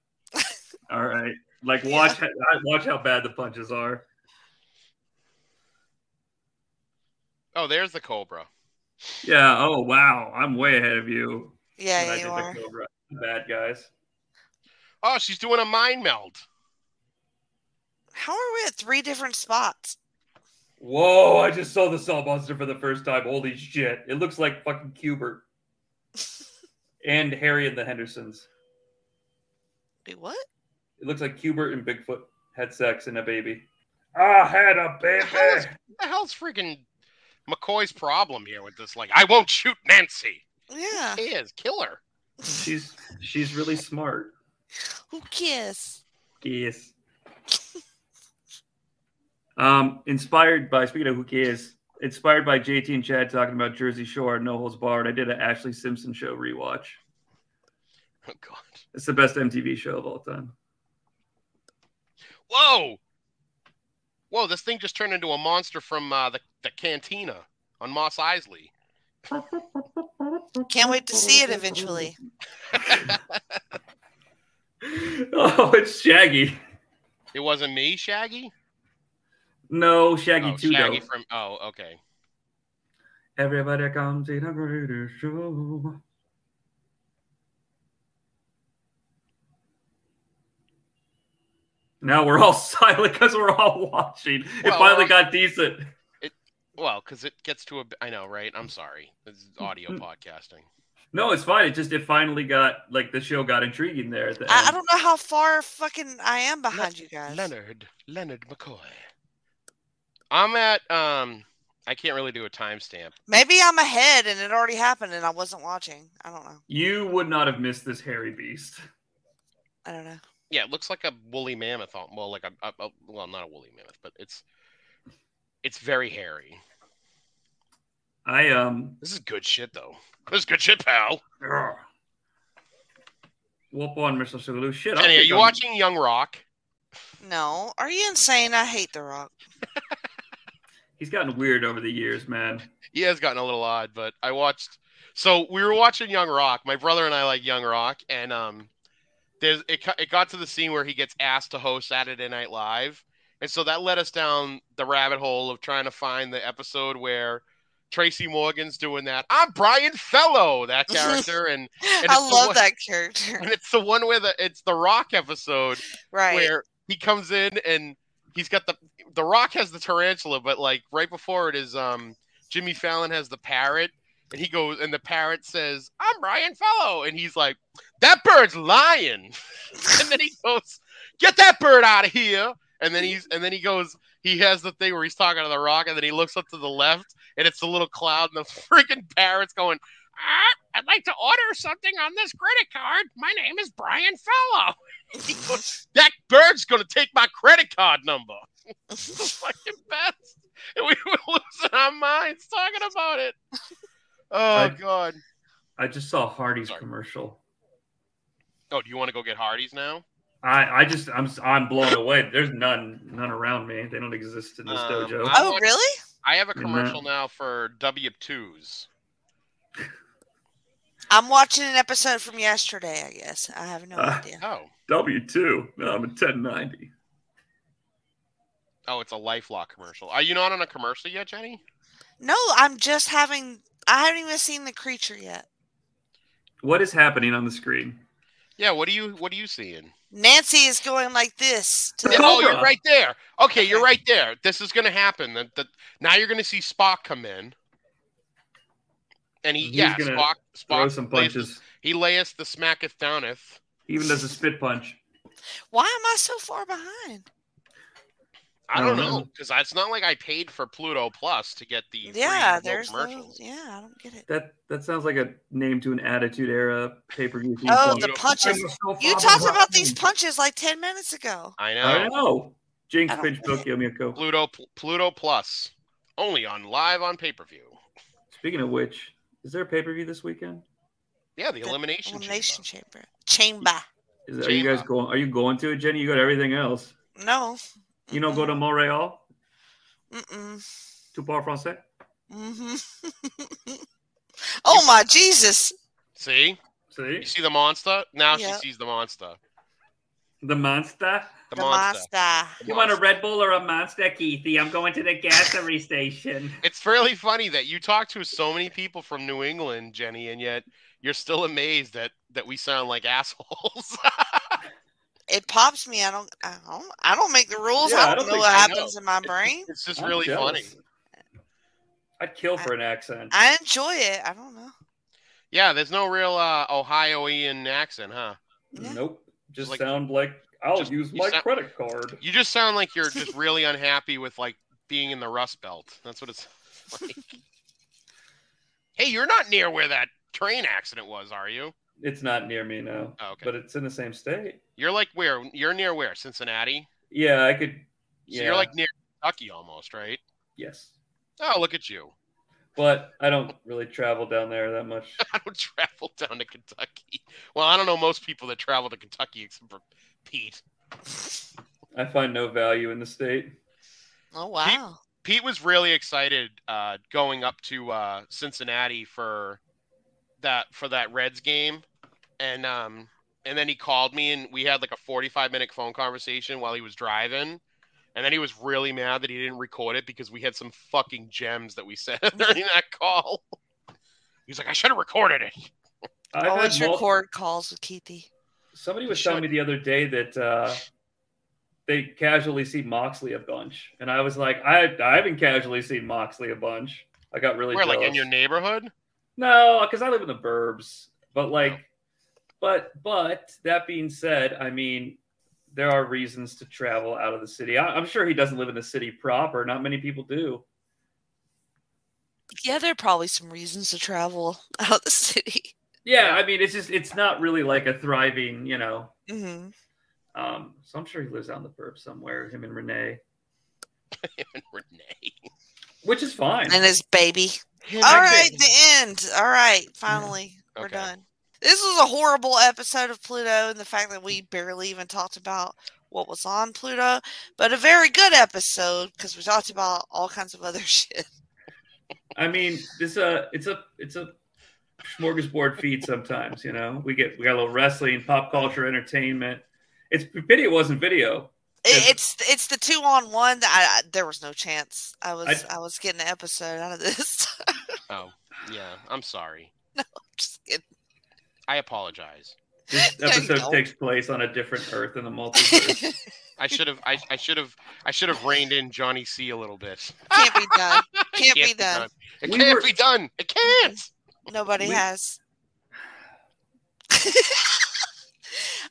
D: All right, like watch how- watch how bad the punches are.
C: oh, there's the cobra.
D: Yeah. Oh wow, I'm way ahead of you.
B: Yeah,
D: when I
B: you
D: did the
B: are.
D: Cobra. Bad guys.
C: Oh, she's doing a mind meld.
B: How are we at three different spots?
D: Whoa! I just saw the Saw Monster for the first time. Holy shit! It looks like fucking Cubert and Harry and the Hendersons.
B: Wait, what?
D: It looks like Hubert and Bigfoot had sex and a baby. I had a
C: How is- What the hell's freaking McCoy's problem here with this? Like, I won't shoot Nancy.
B: Yeah.
C: He is kill her.
D: She's she's really smart.
B: Who kiss?
D: Yes. Um, inspired by speaking of who cares, inspired by JT and Chad talking about Jersey Shore and No Holds Barred. I did an Ashley Simpson show rewatch.
C: Oh God.
D: It's the best MTV show of all time.
C: Whoa. Whoa! This thing just turned into a monster from uh, the the cantina on Moss Isley.
B: Can't wait to see it eventually.
D: oh, it's Shaggy.
C: It It wasn't me, Shaggy.
D: No, Shaggy
C: Oh,
D: too.
C: Shaggy
D: though.
C: from. Oh, okay.
D: Everybody comes in a greater show. Now we're all silent because we're all watching. it
C: Well,
D: finally
C: um,
D: got decent.
C: Well, because it gets to a. b- I know, right? I'm sorry. This is audio podcasting.
D: No, it's fine. It just it finally got like the show got intriguing there at the
B: I, I
D: end.
B: don't know how far fucking I am behind you guys.
C: Leonard, Leonard McCoy. I'm at um I can't really do a timestamp.
B: Maybe I'm ahead and it already happened and I wasn't watching. I don't know.
D: You would not have missed this hairy beast.
B: I don't know.
C: Yeah, it looks like a woolly mammoth. on- Well, like a, a, a- well, not a woolly mammoth, but it's it's very hairy.
D: I um
C: This is good shit though. This is good shit, pal.
D: ugh. whoop on Mr. Sulu. Shit, I'll
C: Jenny, are
D: pick
C: you
D: on-
C: watching Young Rock?
B: No, are you insane? I hate The Rock.
D: He's gotten weird over the years, man.
C: He has gotten a little odd, but I watched. So we were watching Young Rock. My brother and I like Young Rock, and um, there's it. co- It got to the scene where he gets asked to host Saturday Night Live, and so that led us down the rabbit hole of trying to find the episode where Tracy Morgan's doing that. I'm Brian Fellow, that character, and it's
B: I
C: the
B: love
C: one-
B: that character.
C: and it's the one where the it's the Rock episode
B: Right.
C: where he comes in and he's got the the rock has the tarantula but like right before it is um jimmy fallon has the parrot and he goes and the parrot says i'm ryan fellow and he's like that bird's lying and then he goes get that bird out of here and then he's and then he goes he has the thing where he's talking to the rock and then he looks up to the left and it's a little cloud and the freaking parrot's going ah, i'd like to order something on this credit card my name is brian fellow that bird's gonna take my credit card number. It's the fucking best. And we were losing our minds talking about it. Oh
D: I-
C: god.
D: I just saw Hardy's
C: Sorry.
D: commercial.
C: Oh, do you want to go get Hardee's now?
D: I, I just I'm I'm blown away. There's none none around me. They don't exist in this
C: Um,
D: dojo.
C: I-
B: oh, really?
C: I have a
D: Yeah.
C: commercial now for W2s.
B: I'm watching an episode from yesterday, I guess. I have no
D: Uh,
B: idea.
C: Oh.
D: W two. No, I'm a 1090.
C: Oh, it's a LifeLock commercial. Are you not on a commercial yet, Jenny?
B: No, I'm just having. I haven't even seen the creature yet.
D: What is happening on the screen?
C: Yeah, what do you what are you seeing?
B: Nancy is going like this. To
D: Yeah,
B: the
C: oh,
D: Cobra.
C: you're right there. Okay, you're right there. This is gonna happen. The, the, now you're gonna see Spock come in. And he
D: He's
C: yeah,
D: gonna
C: Spock
D: Throw
C: Spock
D: some
C: lays the-
D: punches.
C: He layeth the smacketh downeth.
D: Even does a spit punch.
B: Why am I so far behind?
C: I
D: I
C: don't
D: don't
C: know
D: know.
C: because it's not like I paid for Pluto Plus to get the free
B: Yeah,
C: no
B: there's no.
C: commercials.
B: Yeah, I don't get it.
D: That that sounds like a name to an Attitude Era pay per view.
B: Oh,
C: you
B: the
C: don't-
B: punches. You talked about these punches like 10 minutes ago.
C: I
D: I
C: know
D: know. Jinx,
B: I don't-
D: Pinch, Tokyo Miyako.
C: Pluto Pl- Pluto Plus only on live on pay per view.
D: Speaking of which, is there a pay per view this weekend?
C: Yeah, the
B: The
C: elimination.
B: Elimination
C: elimination.
B: chamber. Chamber.
D: Is are you guys
C: Jima.
D: going? Are you going to it, Jenny? You got everything else.
B: No.
D: You don't go to Montreal
B: Mm-mm.
D: to Bar Francais.
B: Mm-hmm. oh, my Jesus.
C: See,
D: See
C: you see the monster. Now
B: Yeah.
C: she sees the monster.
D: the monster.
C: The,
B: The
C: monster.
B: master.
C: The
D: You want a
C: monster.
D: Red Bull or a monster, Keithy? I'm going to the gasory station.
C: It's fairly funny that you talk to so many people from New England, Jenny, and yet you're still amazed that that we sound like assholes.
B: It pops me. I don't. I don't. I don't make the rules.
D: Yeah,
B: I, don't know
C: think
B: what
C: I know.
B: happens in my brain.
C: it's just
D: I'm
C: really funny.
D: jealous. I'd kill for an accent.
B: I enjoy it. I don't know.
C: Yeah, there's no real uh, Ohioian accent, huh?
B: Yeah.
D: Nope. Just
C: Like-
D: sound like I'll
C: just-
D: use
C: you
D: my
C: sound-
D: credit card.
C: You just sound like you're just really unhappy with like being in the Rust Belt. That's what it's like. hey, you're not near where that train accident was, are you?
D: It's not near me now,
C: Oh, okay.
D: but it's in the same state.
C: you're like where? You're near where? Cincinnati.
D: Yeah, I could. Yeah.
C: So you're like near Kentucky almost, right?
D: yes,
C: Oh, look at you!
D: but I don't really travel down there that much.
C: I don't travel down to Kentucky. Well, I don't know most people that travel to Kentucky except for Pete.
D: I find no value in the state.
B: Oh wow.
C: Pete was really excited uh, going up to uh, Cincinnati for that for that Reds game, and um, and then he called me and we had like a 45 minute phone conversation while he was driving and then he was really mad that he didn't record it because we had some fucking gems that we said during that call he's like i should have recorded it
D: I've had
B: Always
D: multi-
B: record calls with Keithy.
D: Somebody was telling me the other day that uh, they casually see Moxley a bunch, and I was like, I I haven't casually seen Moxley a bunch. I got really
C: we're like in
D: jealous.
C: your neighborhood Oh.
D: No, because I live in the burbs. But like, but but that being said, I mean, there are reasons to travel out of the city. I, I'm sure he doesn't live in the city proper. Not many people do.
B: Yeah, there are probably some reasons to travel out of the city.
D: Yeah, I mean, it's just it's not really like a thriving, you know.
B: hmm
D: Um, so I'm sure he lives out in the burbs somewhere. Him and Renee,
C: renee
D: which is fine.
B: And his baby.
C: All
B: All
C: right.
B: right, the end. All right, finally, we're
C: Okay.
B: done. This was a horrible episode of Pluto, and the fact that we barely even talked about what was on Pluto, but a very good episode because we talked about all kinds of other shit.
D: I mean, this uh, it's a it's a smorgasbord feed sometimes. You know, we get we got a little wrestling, pop culture, entertainment. It's pity it wasn't video.
B: It,
D: Yeah.
B: it's it's the two on one. That I, I, there was no chance. I was I, was getting an episode out of this.
C: oh yeah i'm sorry
B: Just kidding.
C: i apologize
D: This
B: No, you
D: episode
B: don't.
D: takes place on a different Earth in the multiverse.
C: i should have i I should have i should have reined in johnny c a little bit
B: Can't be done. Can't, be, done. Mm-hmm.
C: It
D: We
C: can't
D: were-
C: be done. It can't.
B: Nobody
D: We-
B: has.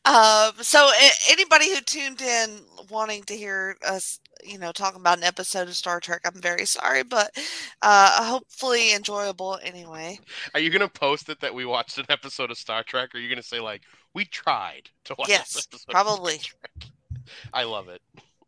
B: um, so a- anybody who tuned in wanting to hear us, you know, talking about an episode of Star Trek, I'm very sorry, but uh, hopefully enjoyable anyway.
C: Are you gonna post it that we watched an episode of Star Trek? Or are you gonna say like we tried to watch
B: Yes,
C: this episode?
B: probably.
C: I love it.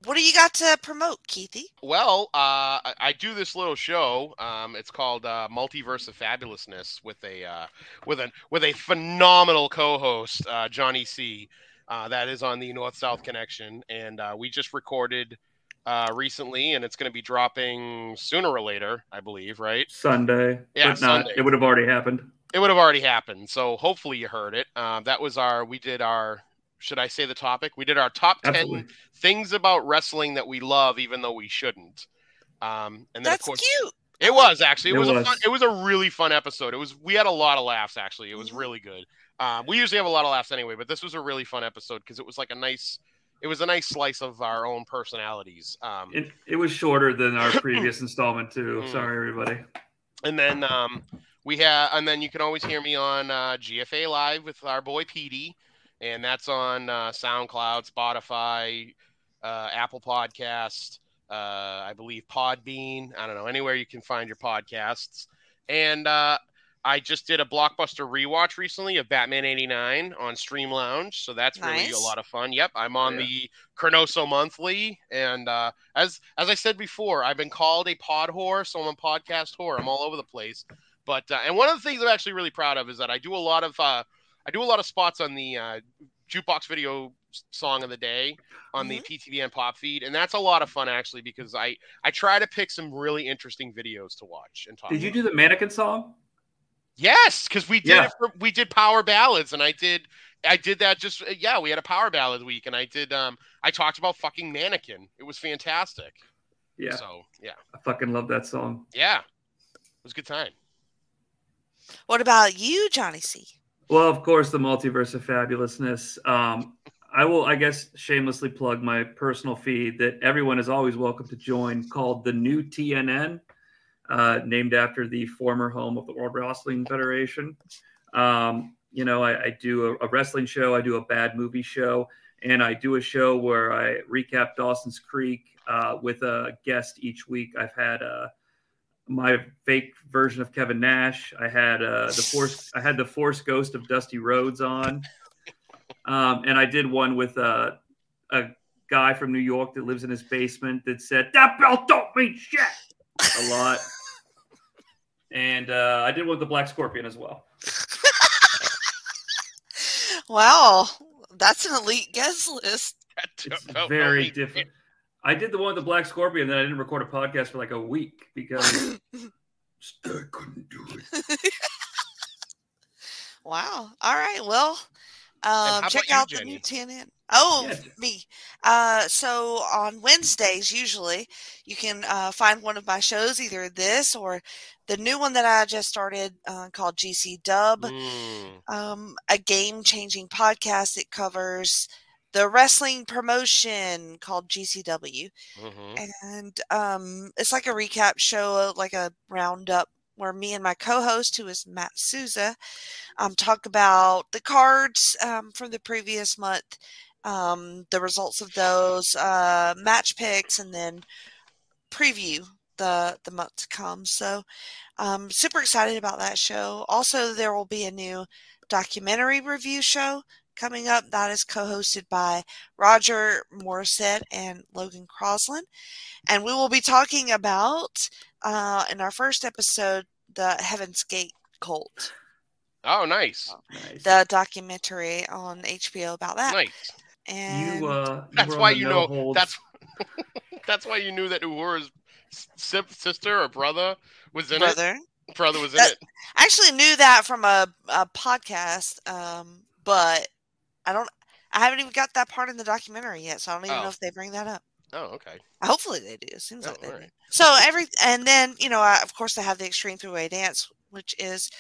B: What do you got to promote, Keithy?
C: Well, uh, I, I do this little show. Um, it's called uh, Multiverse of Fabulousness with a uh, with an with a phenomenal co-host, uh, Johnny C. Uh, that is on the North South Connection, and uh, we just recorded uh, recently, and it's going to be dropping sooner or later, I believe, right?
D: Sunday,
C: Yeah,
D: but not.
C: Sunday.
D: It would have already happened.
C: it would have already happened. So hopefully you heard it. Um, that was our we did our should I say the topic? We did our top ten
D: Absolutely.
C: things about wrestling that we love, even though we shouldn't. Um, and then
B: That's
C: of course
B: cute.
C: it was actually it,
D: It
C: was, a
D: was.
C: fun, it was a really fun episode. It was we had a lot of laughs actually. It was
B: Mhm.
C: really good. Um, we usually have a lot of laughs anyway, but this was a really fun episode because it was like a nice it was a nice slice of our own personalities. Um,
D: It, it was shorter than our previous installment too.
C: Mm.
D: Sorry, everybody.
C: And then um, we have, and then you can always hear me on uh, GFA Live with our boy PD, and that's on uh, SoundCloud, Spotify, uh, Apple Podcast, uh, I believe Podbean. I don't know anywhere you can find your podcasts. And uh, I just did a blockbuster rewatch recently of Batman '89 on Stream Lounge, so that's really a
B: Nice.
C: lot of fun. Yep, I'm on
D: Yeah.
C: the Cronoso Monthly, and uh, as as I said before, I've been called a pod whore, so I'm a podcast whore. I'm all over the place. But uh, and one of the things I'm actually really proud of is that I do a lot of uh, I do a lot of spots on the uh, jukebox video s- song of the day on
D: Mm-hmm.
C: the PTVN pop feed, and that's a lot of fun actually because I I try to pick some really interesting videos to watch and talk.
D: Did you
C: about.
D: do the mannequin song?
C: Yes, because we did
D: Yeah.
C: it for, we did power ballads, and I did I did that just uh, yeah we had a power ballad week, and I did um I talked about fucking mannequin. It was fantastic.
D: Yeah,
C: So yeah,
D: I fucking love that song.
C: yeah, it was a good time.
B: What about you, Johnny C?
D: Well, of course, the multiverse of fabulousness. Um, I will, I guess, shamelessly plug my personal feed that everyone is always welcome to join, called the New TNN, uh, named after the former home of the World Wrestling Federation. Um, you know, I, I do a, a wrestling show, I do a bad movie show, and I do a show where I recap Dawson's Creek uh, with a guest each week. I've had uh, my fake version of Kevin Nash. I had uh, the force. I had the Force Ghost of Dusty Rhodes on, um, and I did one with uh, a guy from New York that lives in his basement that said that belt don't mean shit a lot. And uh, I did one with the Black Scorpion as well.
B: Wow, that's an elite guest list.
D: It's
C: No, no,
D: very
C: we-
D: different. I did the one with the Black Scorpion, then I didn't record a podcast for like a week because I couldn't do it.
B: Wow. All right. Well, Um,
C: how
B: check
C: about you,
B: out the
C: Jenny?
B: new tenant. Oh,
D: Yeah.
B: me. Uh, so on Wednesdays, usually you can uh, find one of my shows, either this or the new one that I just started uh, called GC Dub,
C: Mm,
B: um, a game changing podcast that covers the wrestling promotion called GCW
C: mhm.
B: and um, it's like a recap show, uh, like a roundup, where me and my co-host, who is Matt Souza, um, talk about the cards um, from the previous month, um, the results of those uh, match picks, and then preview the the month to come. So, um, super excited about that show. Also, there will be a new documentary review show. Coming up, that is co hosted by Roger Morissette and Logan Crosland and we will be talking about uh, in our first episode the Heaven's Gate cult,
C: Oh, nice,
D: Nice.
B: the documentary on HBO about that.
C: nice.
B: And
D: you, uh, you
C: That's
D: were on
C: why
D: the
C: you
D: no
C: know.
D: holds.
C: That's that's why you knew that Uhura's si- sister or brother was in
B: brother,
C: it. Brother was in
B: That-
C: it.
B: I actually knew that from a, a podcast, um, but I don't. I haven't even got that part in the documentary yet, so I don't even
C: Oh.
B: know if they bring that up.
C: Oh, okay.
B: Hopefully they do. It seems
C: Oh,
B: like they
C: all
B: do.
C: right.
B: So every and then you know, I, of course, I have the Extreme Three Way Dance, which is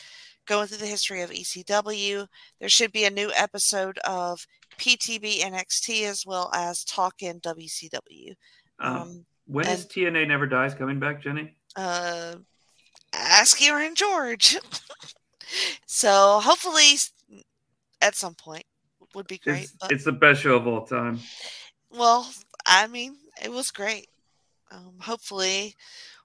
B: going through the history of ECW. There should be a new episode of PTB NXT as well as Talkin' WCW.
D: um,
B: Um,
D: when is
B: and-
D: TNA Never Dies coming back, Jenny?
B: uh, ask Aaron George. so hopefully, s- at some point, would be great.
D: It's,
B: but-
D: it's the best show of all time.
B: Well, I mean, it was great. Um, hopefully,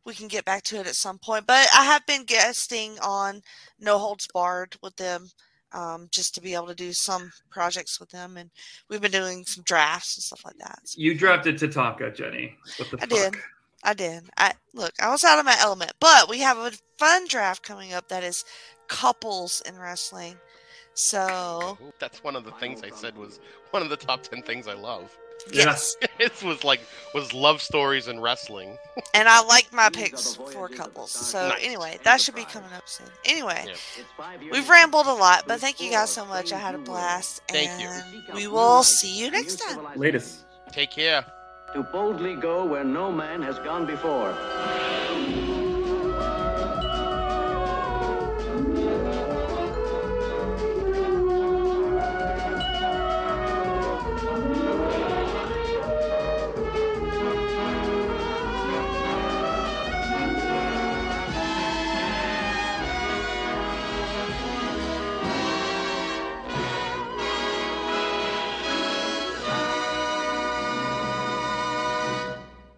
B: we can get back to it at some point. But I have been guesting on No Holds Barred with them, um, just to be able to do some projects with them, and we've been doing some drafts and stuff like that. So
D: You drafted Tataka, Jenny. What the
B: I
D: fuck?
B: did. I did. I look. I was out of my element, but we have a fun draft coming up that is couples in wrestling. So
C: Cool. That's one of the things I said was one of the top ten things I love.
D: Yeah.
B: yes,
C: it was like was love stories and wrestling.
B: and I like my picks for couples. So
C: Nice.
B: anyway, that should be coming up soon. Anyway.
C: Yeah.
B: We've rambled a lot, but thank you guys so much. I had a blast.
C: Thank you.
B: And we will see you next time.
D: Latest.
C: Take care.
E: To boldly go where no man has gone before.